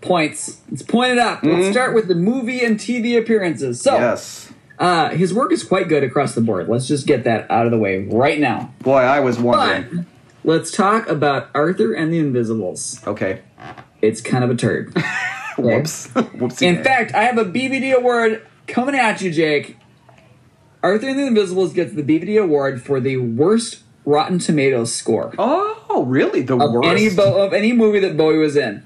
S3: Points. Let's point it up. Let's start with the movie and TV appearances. So,
S2: Mm-hmm. Yes.
S3: uh, his work is quite good across the board. Let's just get that out of the way right now.
S2: Boy, I was
S3: But
S2: wondering.
S3: let's talk about Arthur and the Invisibles.
S2: Okay.
S3: It's kind of a turd.
S2: Whoops. Whoopsie.
S3: In fact, I have a BBD award coming at you, Jake. Arthur and the Invisibles gets the BBD award for the worst Rotten Tomatoes score
S2: Oh, really? The
S3: of
S2: worst.
S3: any Bo- of any movie that Bowie was in.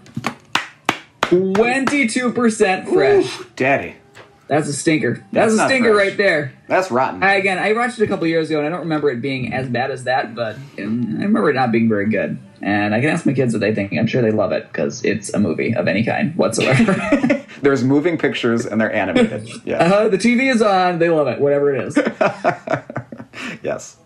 S3: Twenty-two percent fresh.
S2: Ooh, Daddy,
S3: That's a stinker. That's,
S2: That's
S3: a
S2: not
S3: stinker
S2: fresh.
S3: right there.
S2: that's rotten.
S3: I, again, I watched it a couple years ago, and I don't remember it being as bad as that, but um, I remember it not being very good. And I can ask my kids what they think. I'm sure they love it because it's a movie of any kind whatsoever.
S2: There's moving pictures and they're animated. Yeah.
S3: Uh, the TV is on. They love it, whatever it is.
S2: yes.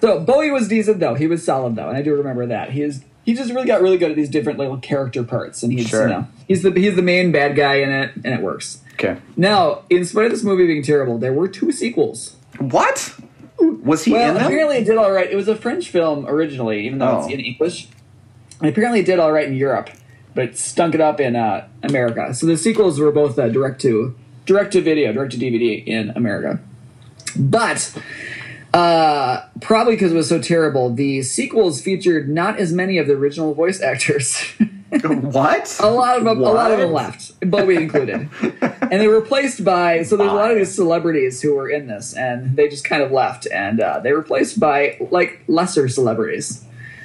S3: so Bowie was decent though. He was solid though, and I do remember that. He is. He just really got really good at these different little character parts, and he's
S2: Sure.
S3: you know he's the he's the main bad guy in it, and it works.
S2: Okay.
S3: Now, in spite of this movie being terrible, there were two sequels.
S2: What? Was he
S3: Well,
S2: in them?
S3: apparently it did all right. It was a French film originally, even though
S2: Oh.
S3: it's in English. And apparently it did all right in Europe, but stunk it up in uh, America. So the sequels were both uh, direct to direct to video, direct to DVD in America. But uh, probably because it was so terrible, the sequels featured not as many of the original voice actors.
S2: What?
S3: a lot of them, a lot of them
S2: What?
S3: left, Bowie included, and they were replaced by. So there's a lot of these celebrities who were in this, and they just kind of left, and uh, they were replaced by like lesser celebrities.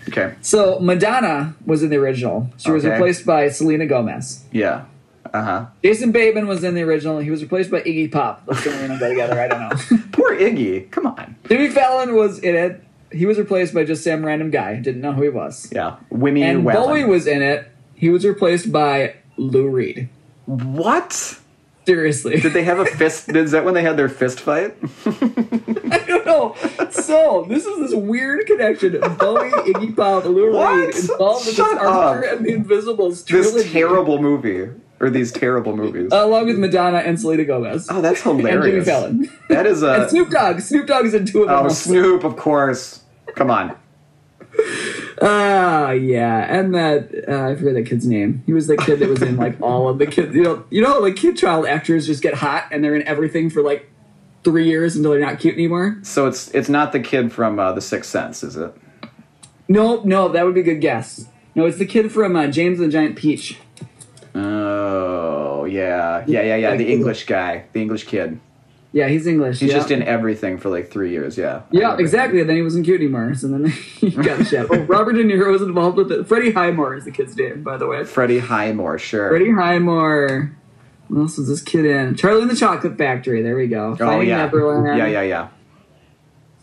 S2: Okay.
S3: So Madonna was in the original. She was
S2: Okay.
S3: replaced by Selena Gomez.
S2: Yeah. Uh huh.
S3: Jason Bateman was in the original. He was replaced by Iggy Pop. Those two really go together. I don't know.
S2: Poor Iggy. Come on.
S3: Jimmy Fallon was in it. He was replaced by just some random guy. Didn't know who he was.
S2: Yeah. Wimmy
S3: And
S2: Whalen.
S3: Bowie was in it. He was replaced by Lou Reed.
S2: What?
S3: Seriously.
S2: Did they have a fist? is that when they had their fist fight?
S3: don't know. So this is this weird connection. Bowie, Iggy Pop, Lou
S2: What?
S3: Reed involved in this
S2: Shut
S3: Arthur
S2: up.
S3: and the Invisibles
S2: This
S3: trilogy,
S2: terrible movie or these terrible movies?
S3: along with Madonna and Selena Gomez
S2: oh, that's
S3: and Jimmy
S2: hilarious.
S3: Fallon
S2: That is a
S3: and Snoop Dogg. Snoop Dogg is in two of them. Uh,
S2: oh
S3: also.
S2: Snoop, of course. Come on.
S3: Ah, yeah, and that uh, I forget that kid's name. He was the kid that was in like all of the kids. You know, you know, like kid child actors just get hot and they're in everything for like three years until they're not cute anymore.
S2: So it's it's not the kid from uh, The Sixth Sense, is it?
S3: Nope, no, that would be a good guess. No, it's the kid from uh, James and the Giant Peach.
S2: Oh yeah, yeah, yeah, yeah.
S3: Like-
S2: The English guy, the English kid.
S3: Yeah, he's English.
S2: He's
S3: yeah.
S2: just in everything for like three years. Yeah. I
S3: Yeah,
S2: remember.
S3: exactly. And then he wasn't cute anymore. So then he got the shadow. Oh, Robert De Niro was involved with it. Freddie Highmore is the kid's name, by the way.
S2: Freddie Highmore, sure.
S3: Freddie Highmore. What else was this kid in? Charlie and the Chocolate Factory. There we go.
S2: oh
S3: Finding
S2: yeah.
S3: Neverland.
S2: yeah, yeah, yeah.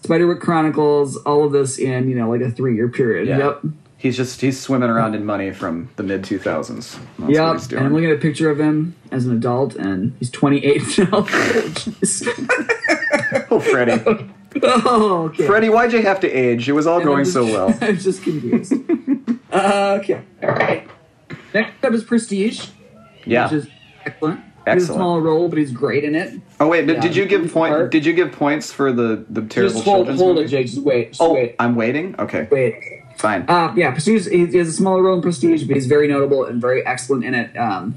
S3: Spiderwick Chronicles, all of this in, you know, like a three year period.
S2: Yeah.
S3: Yep.
S2: He's just he's swimming around in money from the mid 2000s. That's what he's
S3: Yep.
S2: doing.
S3: And I'm looking at a picture of him as an adult, and he's 28 now. Jeez.
S2: oh, Freddie.
S3: oh, okay.
S2: Freddie, why'd you have to age? It was all going so well.
S3: I'm just confused. uh, okay. All right. Next up is Prestige,
S2: Yeah.
S3: which is excellent. He's a
S2: Excellent.
S3: small role, but he's great in it.
S2: Oh wait, but
S3: Yeah.
S2: did you give
S3: Art.
S2: point? Did you give points for the the terrible
S3: Just hold,
S2: children's
S3: hold it,
S2: movie?
S3: Jake. Just wait. Just
S2: Oh,
S3: wait.
S2: I'm waiting. Okay,
S3: Wait.
S2: fine.
S3: Uh, yeah, Prestige he he has a smaller role in Prestige, but he's very notable and very excellent in it. Um,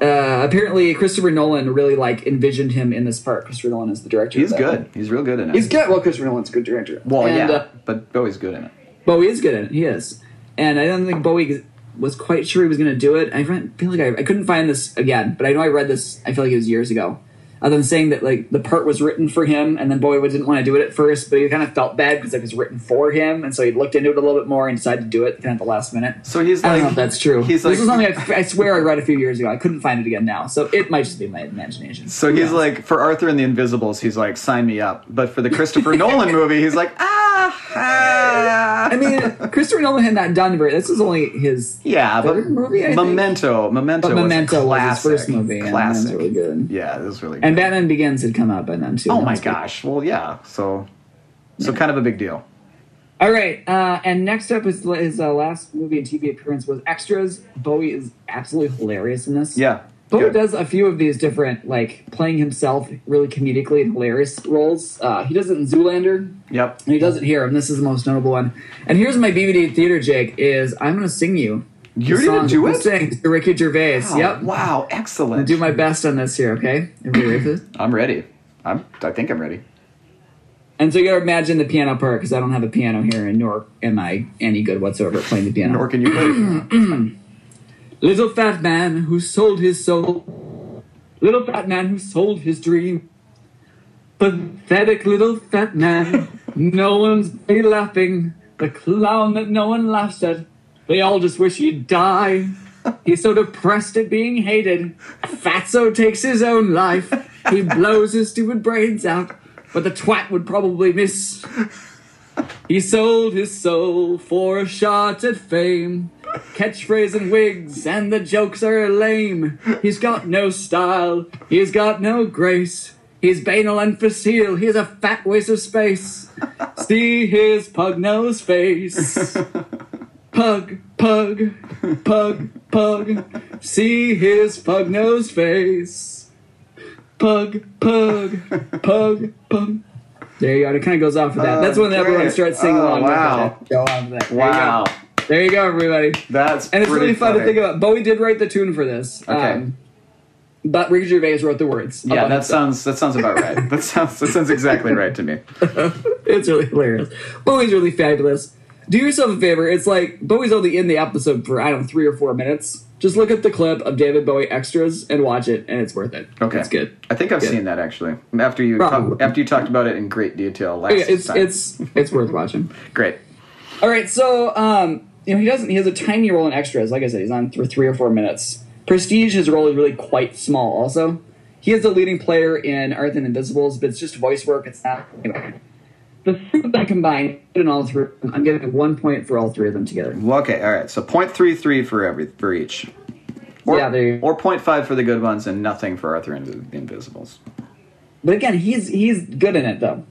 S3: uh, apparently, Christopher Nolan really like envisioned him in this part. Christopher Nolan is the director. of
S2: he's
S3: that.
S2: good. He's real good in it.
S3: He's good. Well, Christopher Nolan's a good director.
S2: well,
S3: And,
S2: yeah,
S3: uh,
S2: but Bowie's good in it.
S3: Bowie is good at it. He is. And I don't think Bowie was quite sure he was going to do it. I re- feel like I, I couldn't find this again, but I know I read this. I feel like it was years ago. Other than saying that like the part was written for him, and then Bowie didn't want to do it at first, but he kind of felt bad because it was written for him, and so he looked into it a little bit more and decided to do it kind of at the last minute.
S2: So he's
S3: I
S2: like
S3: don't know if that's true.
S2: He's like
S3: this is something I, I swear I read a few years ago. I couldn't find it again now, so it might just be my imagination.
S2: so he's like for Arthur and the Invisibles, he's like sign me up. But for the Christopher Nolan movie, he's like ah, ah.
S3: I mean, Christopher Nolan had not done very. This is only his
S2: yeah, but
S3: third movie, I think.
S2: Memento, Memento,
S3: But
S2: was a
S3: Memento was his
S2: classic,
S3: first movie. and
S2: classic.
S3: Memento's really good.
S2: Yeah, this is really.
S3: And
S2: good.
S3: Batman Begins had come out by then too.
S2: oh
S3: That
S2: my
S3: was pretty-
S2: gosh! Well, yeah. So, so kind of a big deal.
S3: All right, uh, and next up is his uh, last movie and TV appearance was Extras. Bowie is absolutely hilarious in this.
S2: Yeah.
S3: Bowie
S2: good.
S3: does a few of these different, like playing himself really comedically and hilarious roles. Uh, he does it in Zoolander.
S2: Yep.
S3: And he does it here, and this is the most notable one. And here's my BBD theater, Jake. Is I'm gonna sing you. the
S2: You're gonna
S3: song
S2: do
S3: he
S2: it?
S3: sings to Ricky Gervais.
S2: Oh,
S3: Yep.
S2: Wow. Excellent.
S3: Do my best on this here, okay? Everybody ready for this?
S2: I'm ready. I'm. I think I'm ready.
S3: And so you gotta imagine the piano part because I don't have a piano here, and nor am I any good whatsoever at playing the piano.
S2: Nor can you play.
S3: Little fat man who sold his soul. Little fat man who sold his dream. Pathetic little fat man. no one's be laughing. The clown that no one laughs at. They all just wish he'd die. He's so depressed at being hated. Fatso takes his own life. He blows his stupid brains out, but the twat would probably miss. He sold his soul for a shot at fame. Catchphrase and wigs, and the jokes are lame. He's got no style, he's got no grace. He's banal and facile, he's a fat waste of space. See his pug nose face. Pug, pug, pug, pug. See his pug nose face. Pug, pug, pug, pug. There you go. It kind of goes off with that.
S2: Oh,
S3: That's when everyone
S2: great.
S3: starts singing
S2: Oh,
S3: along.
S2: wow.
S3: With it. Go on with that. There you go.
S2: Wow.
S3: There you go, everybody.
S2: That's
S3: And it's
S2: pretty
S3: really fun to
S2: funny.
S3: think about. Bowie did write the tune for this. um,
S2: Okay.
S3: but Ricky Gervais wrote the words.
S2: Yeah,
S3: about
S2: that sounds that sounds about right. that sounds that sounds exactly right to me.
S3: It's really hilarious. Bowie's really fabulous. Do yourself a favor. It's like Bowie's only in the episode for I don't know three or four minutes. Just look at the clip of David Bowie extras and watch it, and it's worth it.
S2: Okay,
S3: it's good.
S2: I think I've
S3: Good.
S2: seen that actually. After you
S3: Probably.
S2: talk- after you talked about it in great detail last
S3: Yeah, it's
S2: time.
S3: it's it's worth watching.
S2: great.
S3: All right, so um, you know he doesn't. He has a tiny role in extras. Like I said, he's on for three or four minutes. Prestige, his role is really quite small. Also, he is the leading player in Earth and Invisibles, but it's just voice work. It's not. Anyway. The three that combined in all three, I'm giving one point for all three of them together.
S2: Well, okay, all right. So 0.33 for every for each. Or,
S3: Yeah, there you-
S2: or 0.5 for the good ones and nothing for Arthur and the Invisibles.
S3: But again, he's he's good in it though.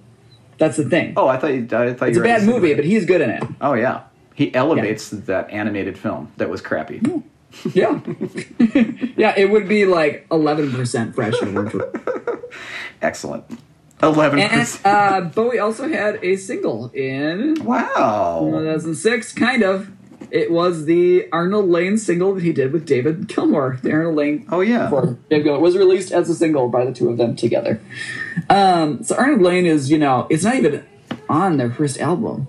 S3: That's the thing.
S2: Oh, I thought you. I thought
S3: it's
S2: you were
S3: a bad movie, but he's good in it.
S2: Oh yeah, he elevates that animated film that was crappy.
S3: Hmm. Yeah, yeah. It would be like eleven percent fresh. if it weren't for-
S2: Excellent. Eleven
S3: And
S2: percent.
S3: uh, Bowie also had a single in Mm.
S2: wow.
S3: 2006, kind of. It was the Arnold Lane single that he did with David Gilmour. The Arnold Lane
S2: Oh yeah.
S3: for David Gilmour was released as a single by the two of them together. Um, so Arnold Lane is, you know, it's not even on their first album.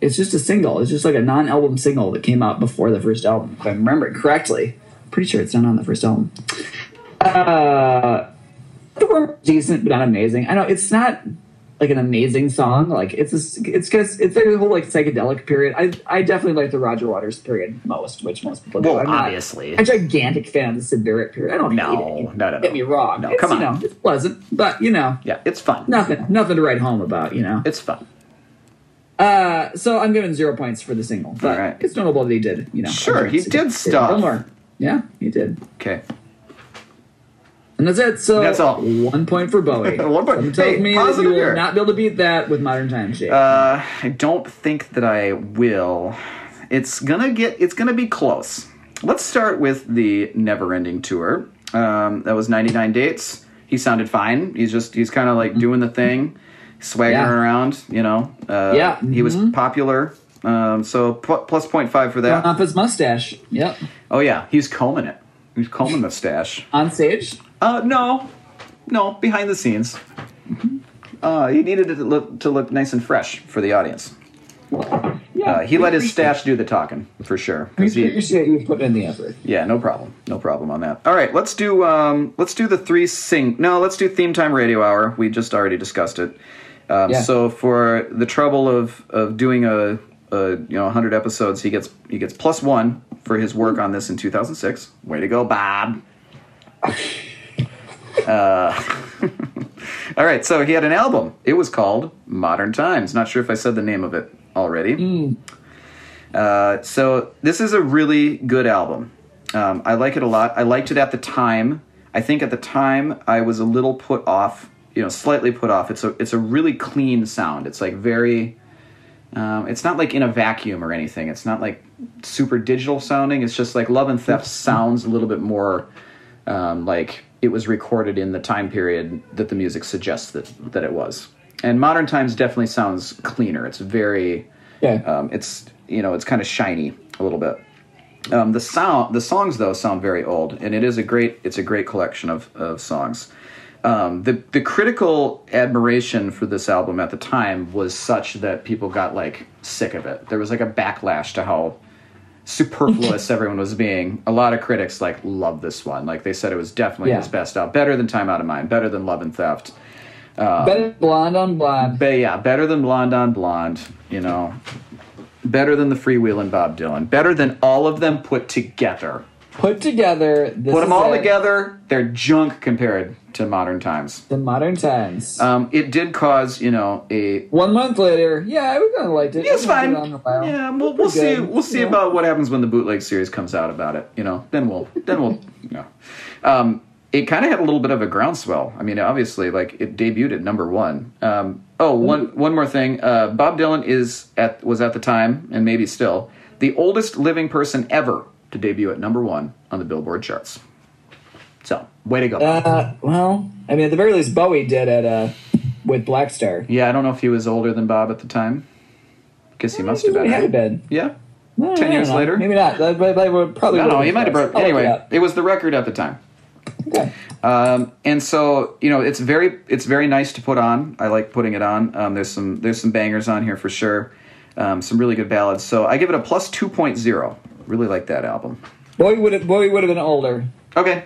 S3: It's just a single. It's just like a non-album single that came out before the first album, if I remember it correctly. Pretty sure it's not on the first album. Uh, they were decent, but not amazing. I know it's not like an amazing song. Like it's a, s- it's just it's like the whole like psychedelic period. I I definitely like the Roger Waters period most, which most people. do.
S2: Well,
S3: I'm not
S1: obviously.
S3: a gigantic fan of the Sid Barrett period. I don't
S2: No,
S3: hate
S2: no,
S3: it.
S2: no, no.
S3: Get me wrong.
S2: No,
S3: it's,
S2: come
S3: you
S2: on.
S3: know, it's pleasant, but you know,
S2: Yeah, it's fun.
S3: nothing nothing to write home about. You know,
S2: It's fun.
S3: so I'm giving zero points for the single. But
S2: All right.
S3: it's notable that he did. You know,
S2: Sure, he did
S3: No
S2: stuff.
S3: more. Yeah, he did.
S2: Okay.
S3: And that's it. So
S2: That's all.
S3: One point for Bowie.
S2: One point.
S3: Something tells
S2: Hey,
S3: me that you
S2: positive
S3: will
S2: here.
S3: not be able to beat that with modern time shape.
S2: Uh, I don't think that I will. It's gonna get. It's gonna be close. Let's start with the Never Ending Tour. Um, that was 99 dates. He sounded fine. He's just he's kind of like doing the thing, swaggering
S3: Mm-hmm. Yeah.
S2: around. You know. Uh,
S3: Yeah. Mm-hmm.
S2: He was popular. Um, so pl- plus 0.5 for that.
S3: off his mustache. Yep.
S2: Oh yeah, he's combing it. He's combing the stash.
S3: On stage.
S2: Uh, no, no, behind the scenes.
S3: Mm-hmm.
S2: Uh, he needed it to look to look nice and fresh for the audience.
S3: Yeah.
S2: Uh, he let his
S3: staff.
S2: stash do the talking for sure.
S3: We
S2: 'cause he-
S3: appreciate you putting in the effort.
S2: yeah, no problem, no problem on that. All right, let's do um, let's do the three sing. No, let's do theme time radio hour. We just already discussed it. Um,
S3: Yeah.
S2: So for the trouble of of doing a, a you know 100 episodes, he gets he gets plus one for his work on this in 2006. Way to go, Bob. Uh, All right, so he had an album. It was called Modern Times. Not sure if I said the name of it already. Uh, so this is a really good album. Um, I like it a lot. I liked it at the time. I think at the time I was a little put off, you know, slightly put off. It's a it's a really clean sound. It's like very. Um, it's not like in a vacuum or anything. It's not like super digital sounding. It's just like Love and Theft sounds a little bit more um, like it was recorded in the time period that the music suggests that, that it was. And Modern Times definitely sounds cleaner. It's very
S3: Yeah.
S2: um, it's you know it's kind of shiny a little bit. Um, the sound, the songs though sound very old, and it is a great it's a great collection of of songs. Um, the the critical admiration for this album at the time was such that people got like sick of it. There was like a backlash to how superfluous everyone was being. A lot of critics like love this one. Like they said it was definitely
S3: Yeah.
S2: his best out, better than Time Out of Mind, better than Love and Theft. Um,
S3: Better than blonde on blonde.
S2: But yeah, better than Blonde on Blonde, you know. Better than the freewheeling Bob Dylan. Better than all of them put together.
S3: Put together. This
S2: Put them
S3: is
S2: all
S3: it,
S2: together, they're junk compared to modern times.
S3: The modern times.
S2: Um, it did cause, you know, a.
S3: One month later. Yeah, we kind of liked it.
S2: It's
S3: We
S2: fine.
S3: haven't put it on in a while.
S2: Yeah, we'll, we'll see.
S3: good,
S2: We'll see
S3: yeah.
S2: about what happens when the bootleg series comes out about it. You know, then we'll then we'll. you know. Um, it kind of had a little bit of a groundswell. I mean, obviously, like it debuted at number one. Um, oh,
S3: Mm-hmm.
S2: one one more thing. Uh, Bob Dylan is at was at the time and maybe still the oldest living person ever to debut at number one on the Billboard charts. So, way to go.
S3: Uh, well, I mean, at the very least, Bowie did at uh, with Black Star.
S2: yeah, I don't know if he was older than Bob at the time. Guess he must have been.
S3: He had
S2: right?
S3: been.
S2: Yeah.
S3: Well,
S2: Ten
S3: I
S2: years
S3: don't know.
S2: later?
S3: Maybe not. That, that, that would probably.
S2: I don't know. He might have
S3: been
S2: broke.
S3: close. I'll Oh, look
S2: Anyway,
S3: it
S2: it,
S3: up.
S2: was the record at the time,
S3: Okay.
S2: um, and so you know it's very it's very nice to put on. I like putting it on. Um, there's some there's some bangers on here for sure. Um, some really good ballads. So I give it a plus two point zero. Really like that album.
S3: Bowie would have. Bowie would have been older
S2: Okay,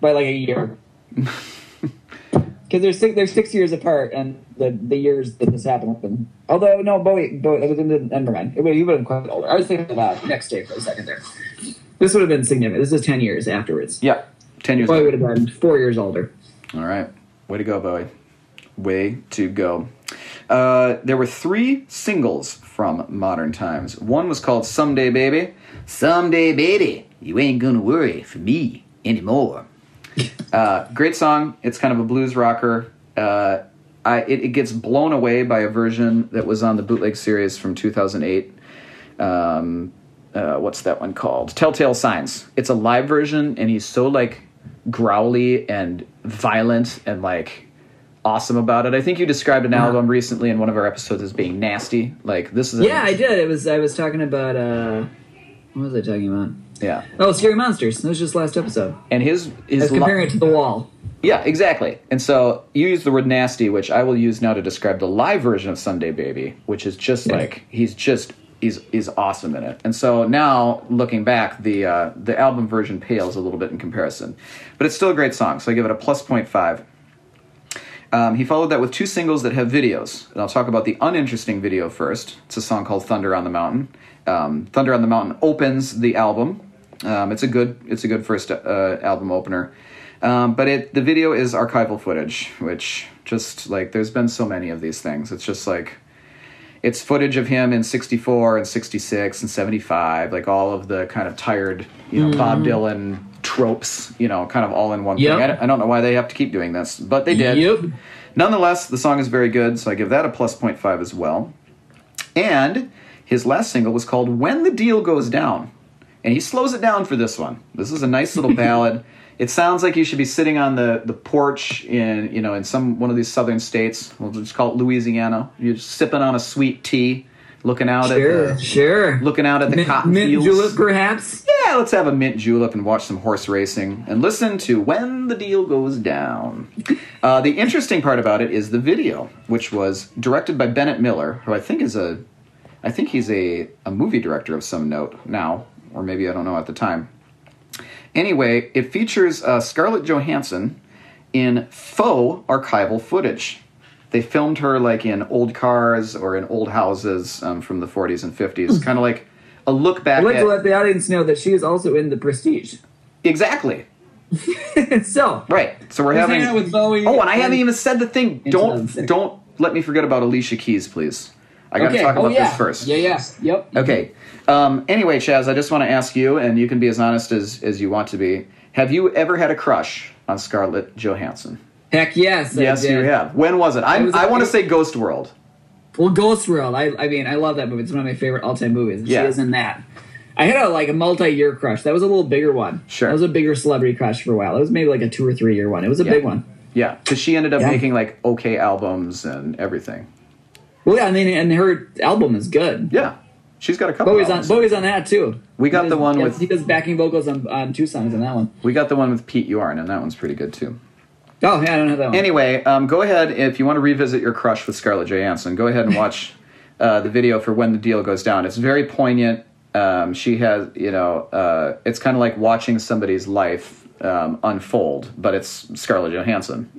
S3: by like a year. Because they're six, they're six years apart, and the the years that this happened. happened. Although no, Bowie, Bowie, it didn't, never mind. It would, he would have been quite older. I was thinking about next day for a second there. This would have been significant. This is ten years afterwards.
S2: yeah, ten years.
S3: Bowie
S2: later.
S3: would have been four years older.
S2: All right. Way to go, Bowie. Way to go. Uh, there were three singles from Modern Times. One was called Someday Baby. Someday Baby, you ain't gonna worry for me anymore. Uh, great song. It's kind of a blues rocker. Uh, I, it, it gets blown away by a version that was on the bootleg series from 2008 um, uh, what's that one called? Telltale Signs. It's a live version, and he's so like growly and violent and like awesome about it. I think you described
S3: Uh-huh.
S2: an album recently in one of our episodes as being nasty. Like this is a,
S3: Yeah, I did. It was I was talking about uh, what was I talking about?
S2: yeah.
S3: Oh, Scary Monsters. That was just last episode.
S2: And his
S3: I
S2: his
S3: was
S2: li-
S3: comparing it to The Wall.
S2: yeah exactly. And so you use the word nasty, which I will use now to describe the live version of Sunday Baby, which is just like he's just. He's, is awesome in it, and so now looking back, the uh, the album version pales a little bit in comparison, but it's still a great song. So I give it a plus point five. Um, he followed that with two singles that have videos. And I'll talk about the uninteresting video first. It's a song called Thunder on the Mountain. Um, Thunder on the Mountain opens the album. Um, it's a good it's a good first uh, album opener. Um, but it the video is archival footage, which just like there's been so many of these things. It's just like it's footage of him in 64 and 66 and 75 like all of the kind of tired you know bob dylan tropes you know kind of all in one
S3: Hmm. Yep.
S2: thing I don't, I don't know why they have to keep doing this but they did
S3: Yep.
S2: nonetheless the song is very good so i give that a plus 0.5 as well and his last single was called when the deal goes down and he slows it down for this one this is a nice little ballad it sounds like you should be sitting on the, the porch in you know in some one of these southern states we'll just call it louisiana you're just sipping on a sweet tea looking out
S3: Sure,
S2: at the,
S3: sure.
S2: looking out at the
S3: mint,
S2: cotton
S3: mint
S2: fields
S3: julep, perhaps.
S2: yeah let's have a mint julep and watch some horse racing and listen to when the deal goes down uh, the interesting part about it is the video which was directed by bennett miller who i think is a i think he's a, a movie director of some note now or maybe i don't know at the time anyway it features uh, scarlett johansson in faux archival footage they filmed her like in old cars or in old houses um, from the 40s and 50s kind of like a look back
S3: I'd like
S2: at
S3: to let the audience know that she is also in The Prestige.
S2: Exactly.
S3: so,
S2: Right. So we're
S3: Who's
S2: having.
S3: hanging out with Bowie
S2: oh, and I
S3: and-
S2: haven't even said the thing. Don't
S3: 2006.
S2: don't let me forget about Alicia Keys, please. I got to
S3: okay.
S2: talk
S3: oh,
S2: about
S3: yeah.
S2: this first.
S3: Yeah, yeah. Yep.
S2: Okay. Um, anyway, Chaz, I just want to ask you, and you can be as honest as as you want to be. Have you ever had a crush on Scarlett Johansson?
S3: Heck yes. I
S2: Yes,
S3: did.
S2: you have. When was it? I
S3: was
S2: I
S3: at
S2: want to
S3: eight-
S2: say Ghost World.
S3: Well, Ghost World. I, I mean, I love that movie. It's one of my favorite all-time movies. and
S2: Yeah.
S3: She is in that. I had a like a multi-year crush. That was a little bigger one.
S2: Sure.
S3: That was a bigger celebrity crush for a while. It was maybe like a two or three year one. It was a big one.
S2: Yeah, because she ended up
S3: Yeah.
S2: making like okay albums and everything.
S3: Well, yeah, I mean, and her album is good.
S2: Yeah, she's got a couple.
S3: Bowie's on
S2: albums.
S3: Bowie's on that too.
S2: We got
S3: He
S2: the
S3: does-
S2: one
S3: he
S2: with-
S3: does- he does backing vocals on, on two songs on that one.
S2: We got the one with Pete Yorn, and that one's pretty good too.
S3: Oh yeah, I don't have that one.
S2: Anyway, um, go ahead if you want to revisit your crush with Scarlett Johansson. Go ahead and watch uh, the video for "When the Deal Goes Down." It's very poignant. Um, she has, you know, uh, it's kind of like watching somebody's life um, unfold, but it's Scarlett Johansson,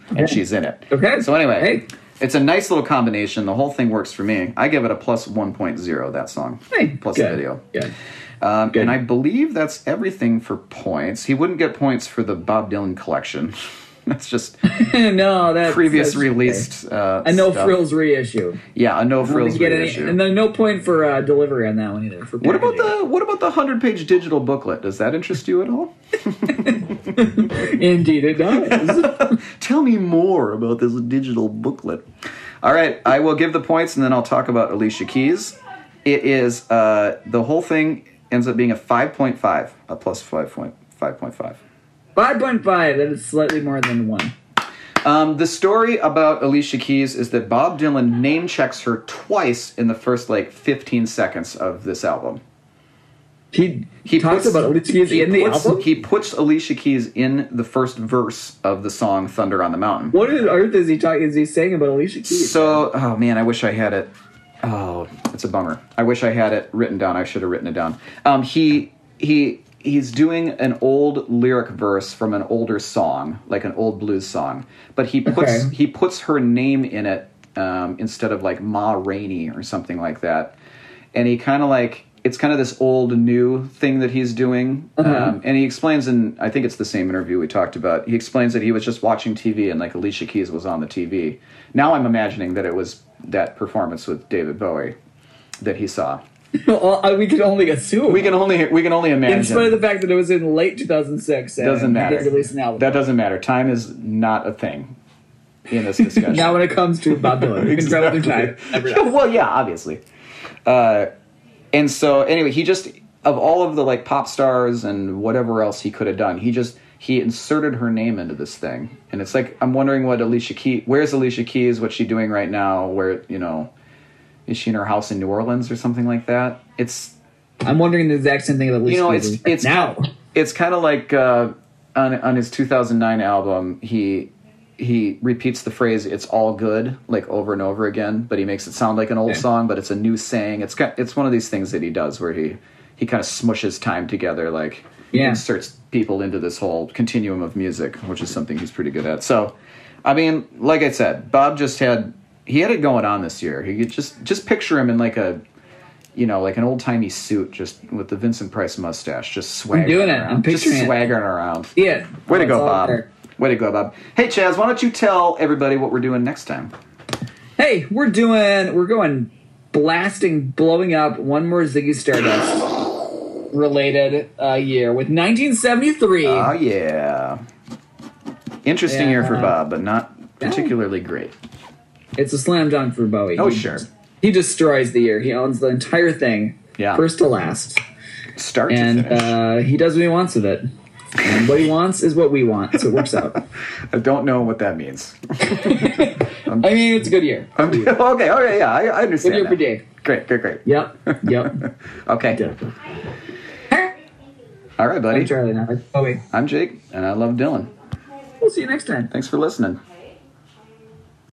S2: and she's in it.
S3: Okay.
S2: So anyway,
S3: Hey.
S2: it's a nice little combination. The whole thing works for me. I give it a plus one point zero. That song
S3: Hey,
S2: plus
S3: good.
S2: the video.
S3: Good.
S2: Um,
S3: Good.
S2: and I believe that's everything for points. He wouldn't get points for the Bob Dylan collection. that's just
S3: no, that's
S2: previous
S3: that's-
S2: released uh,
S3: A no
S2: stuff.
S3: frills reissue.
S2: Yeah, a no
S3: Didn't
S2: frills
S3: Get any,
S2: reissue.
S3: and then no point for uh, delivery on that one either. for
S2: what about
S3: packaging.
S2: the what about the hundred page digital booklet? Does that interest you at all?
S3: Indeed, it does.
S2: Tell me more about this digital booklet. All right, I will give the points and then I'll talk about Alicia Keys. It is uh, the whole thing ends up being a five point five, a plus five point five point five.
S3: Five point five. That is slightly more than one.
S2: Um, the story about Alicia Keys is that Bob Dylan name checks her twice in the first like fifteen seconds of this album.
S3: He
S2: He
S3: he talks
S2: puts-
S3: about Alicia Keys
S2: he
S3: in the
S2: puts-
S3: album.
S2: He puts Alicia Keys in the first verse of the song "Thunder on the Mountain."
S3: what on earth is he talking? Is he saying about Alicia Keys?
S2: So, oh man, I wish I had it. Oh, it's a bummer. I wish I had it written down. I should have written it down. Um, he he he's doing an old lyric verse from an older song, like an old blues song, but he puts
S3: Okay.
S2: he puts her name in it um, instead of like Ma Rainey or something like that. And he kind of like it's kind of this old new thing that he's doing.
S3: Mm-hmm.
S2: Um, and he explains in I think it's the same interview we talked about. He explains that he was just watching TV and like Alicia Keys was on the TV. Now I'm imagining that it was that performance with David Bowie that he saw.
S3: Well, I- we could only assume.
S2: We can only we can only imagine.
S3: in spite of the fact that it was in late 2006. and
S2: doesn't
S3: he
S2: matter.
S3: Did release an album.
S2: That doesn't matter. Time is not a thing in this discussion.
S3: now, when it comes to Bob Dylan, you can travel through time. Never know.
S2: well, yeah, obviously. Uh, and so, anyway, he just of all of the like pop stars and whatever else he could have done, he just he inserted her name into this thing, and it's like I'm wondering what Alicia Keys, where's Alicia Keys, what's she doing right now? Where you know, is she in her house in New Orleans or something like that? It's
S3: I'm wondering the exact same thing about Alicia
S2: you know,
S3: Keys.
S2: it's it's
S3: now.
S2: It's kind of like uh, on on his 2009 album, he he repeats the phrase "It's all good" like over and over again, but he makes it sound like an old
S3: Okay.
S2: song, but it's a new saying. It's got it's one of these things that he does where he he kind of smushes time together, like
S3: Yeah.
S2: inserts people into this whole continuum of music, which is something he's pretty good at. So. I mean, like I said, Bob just had he had it going on this year. He could just just picture him in like a you know, like an old timey suit, just with the Vincent Price mustache, just swaggering
S3: doing it. I'm
S2: around,
S3: picturing
S2: just
S3: it.
S2: swaggering around.
S3: Yeah.
S2: Way to
S3: It's
S2: go,
S3: all
S2: Bob.
S3: there.
S2: Way to go, Bob. Hey, Chaz, why don't you tell everybody what we're doing next time?
S3: Hey, we're doing, we're going blasting, blowing up one more Ziggy Stardust related uh, year with 1973.
S2: Oh yeah, interesting
S3: Yeah.
S2: year for Bob, but not particularly great.
S3: it's a slam dunk for Bowie.
S2: Oh
S3: He-
S2: sure,
S3: He destroys the year. He owns the entire thing,
S2: Yeah.
S3: first to last.
S2: start to
S3: And
S2: finish.
S3: uh, he does what he wants with it. And what he wants is what we want, so it works out.
S2: I don't know what that means.
S3: I mean, it's a good year.
S2: I'm- okay, okay, yeah, I, I understand.
S3: Good year
S2: that.
S3: for Dave.
S2: Great, great, great.
S3: Yep. Yep.
S2: Okay. All right, buddy.
S3: I'm Charlie. Now. Bowie.
S2: I'm Jake, and I love Dylan.
S3: We'll see you next time.
S2: Thanks for listening.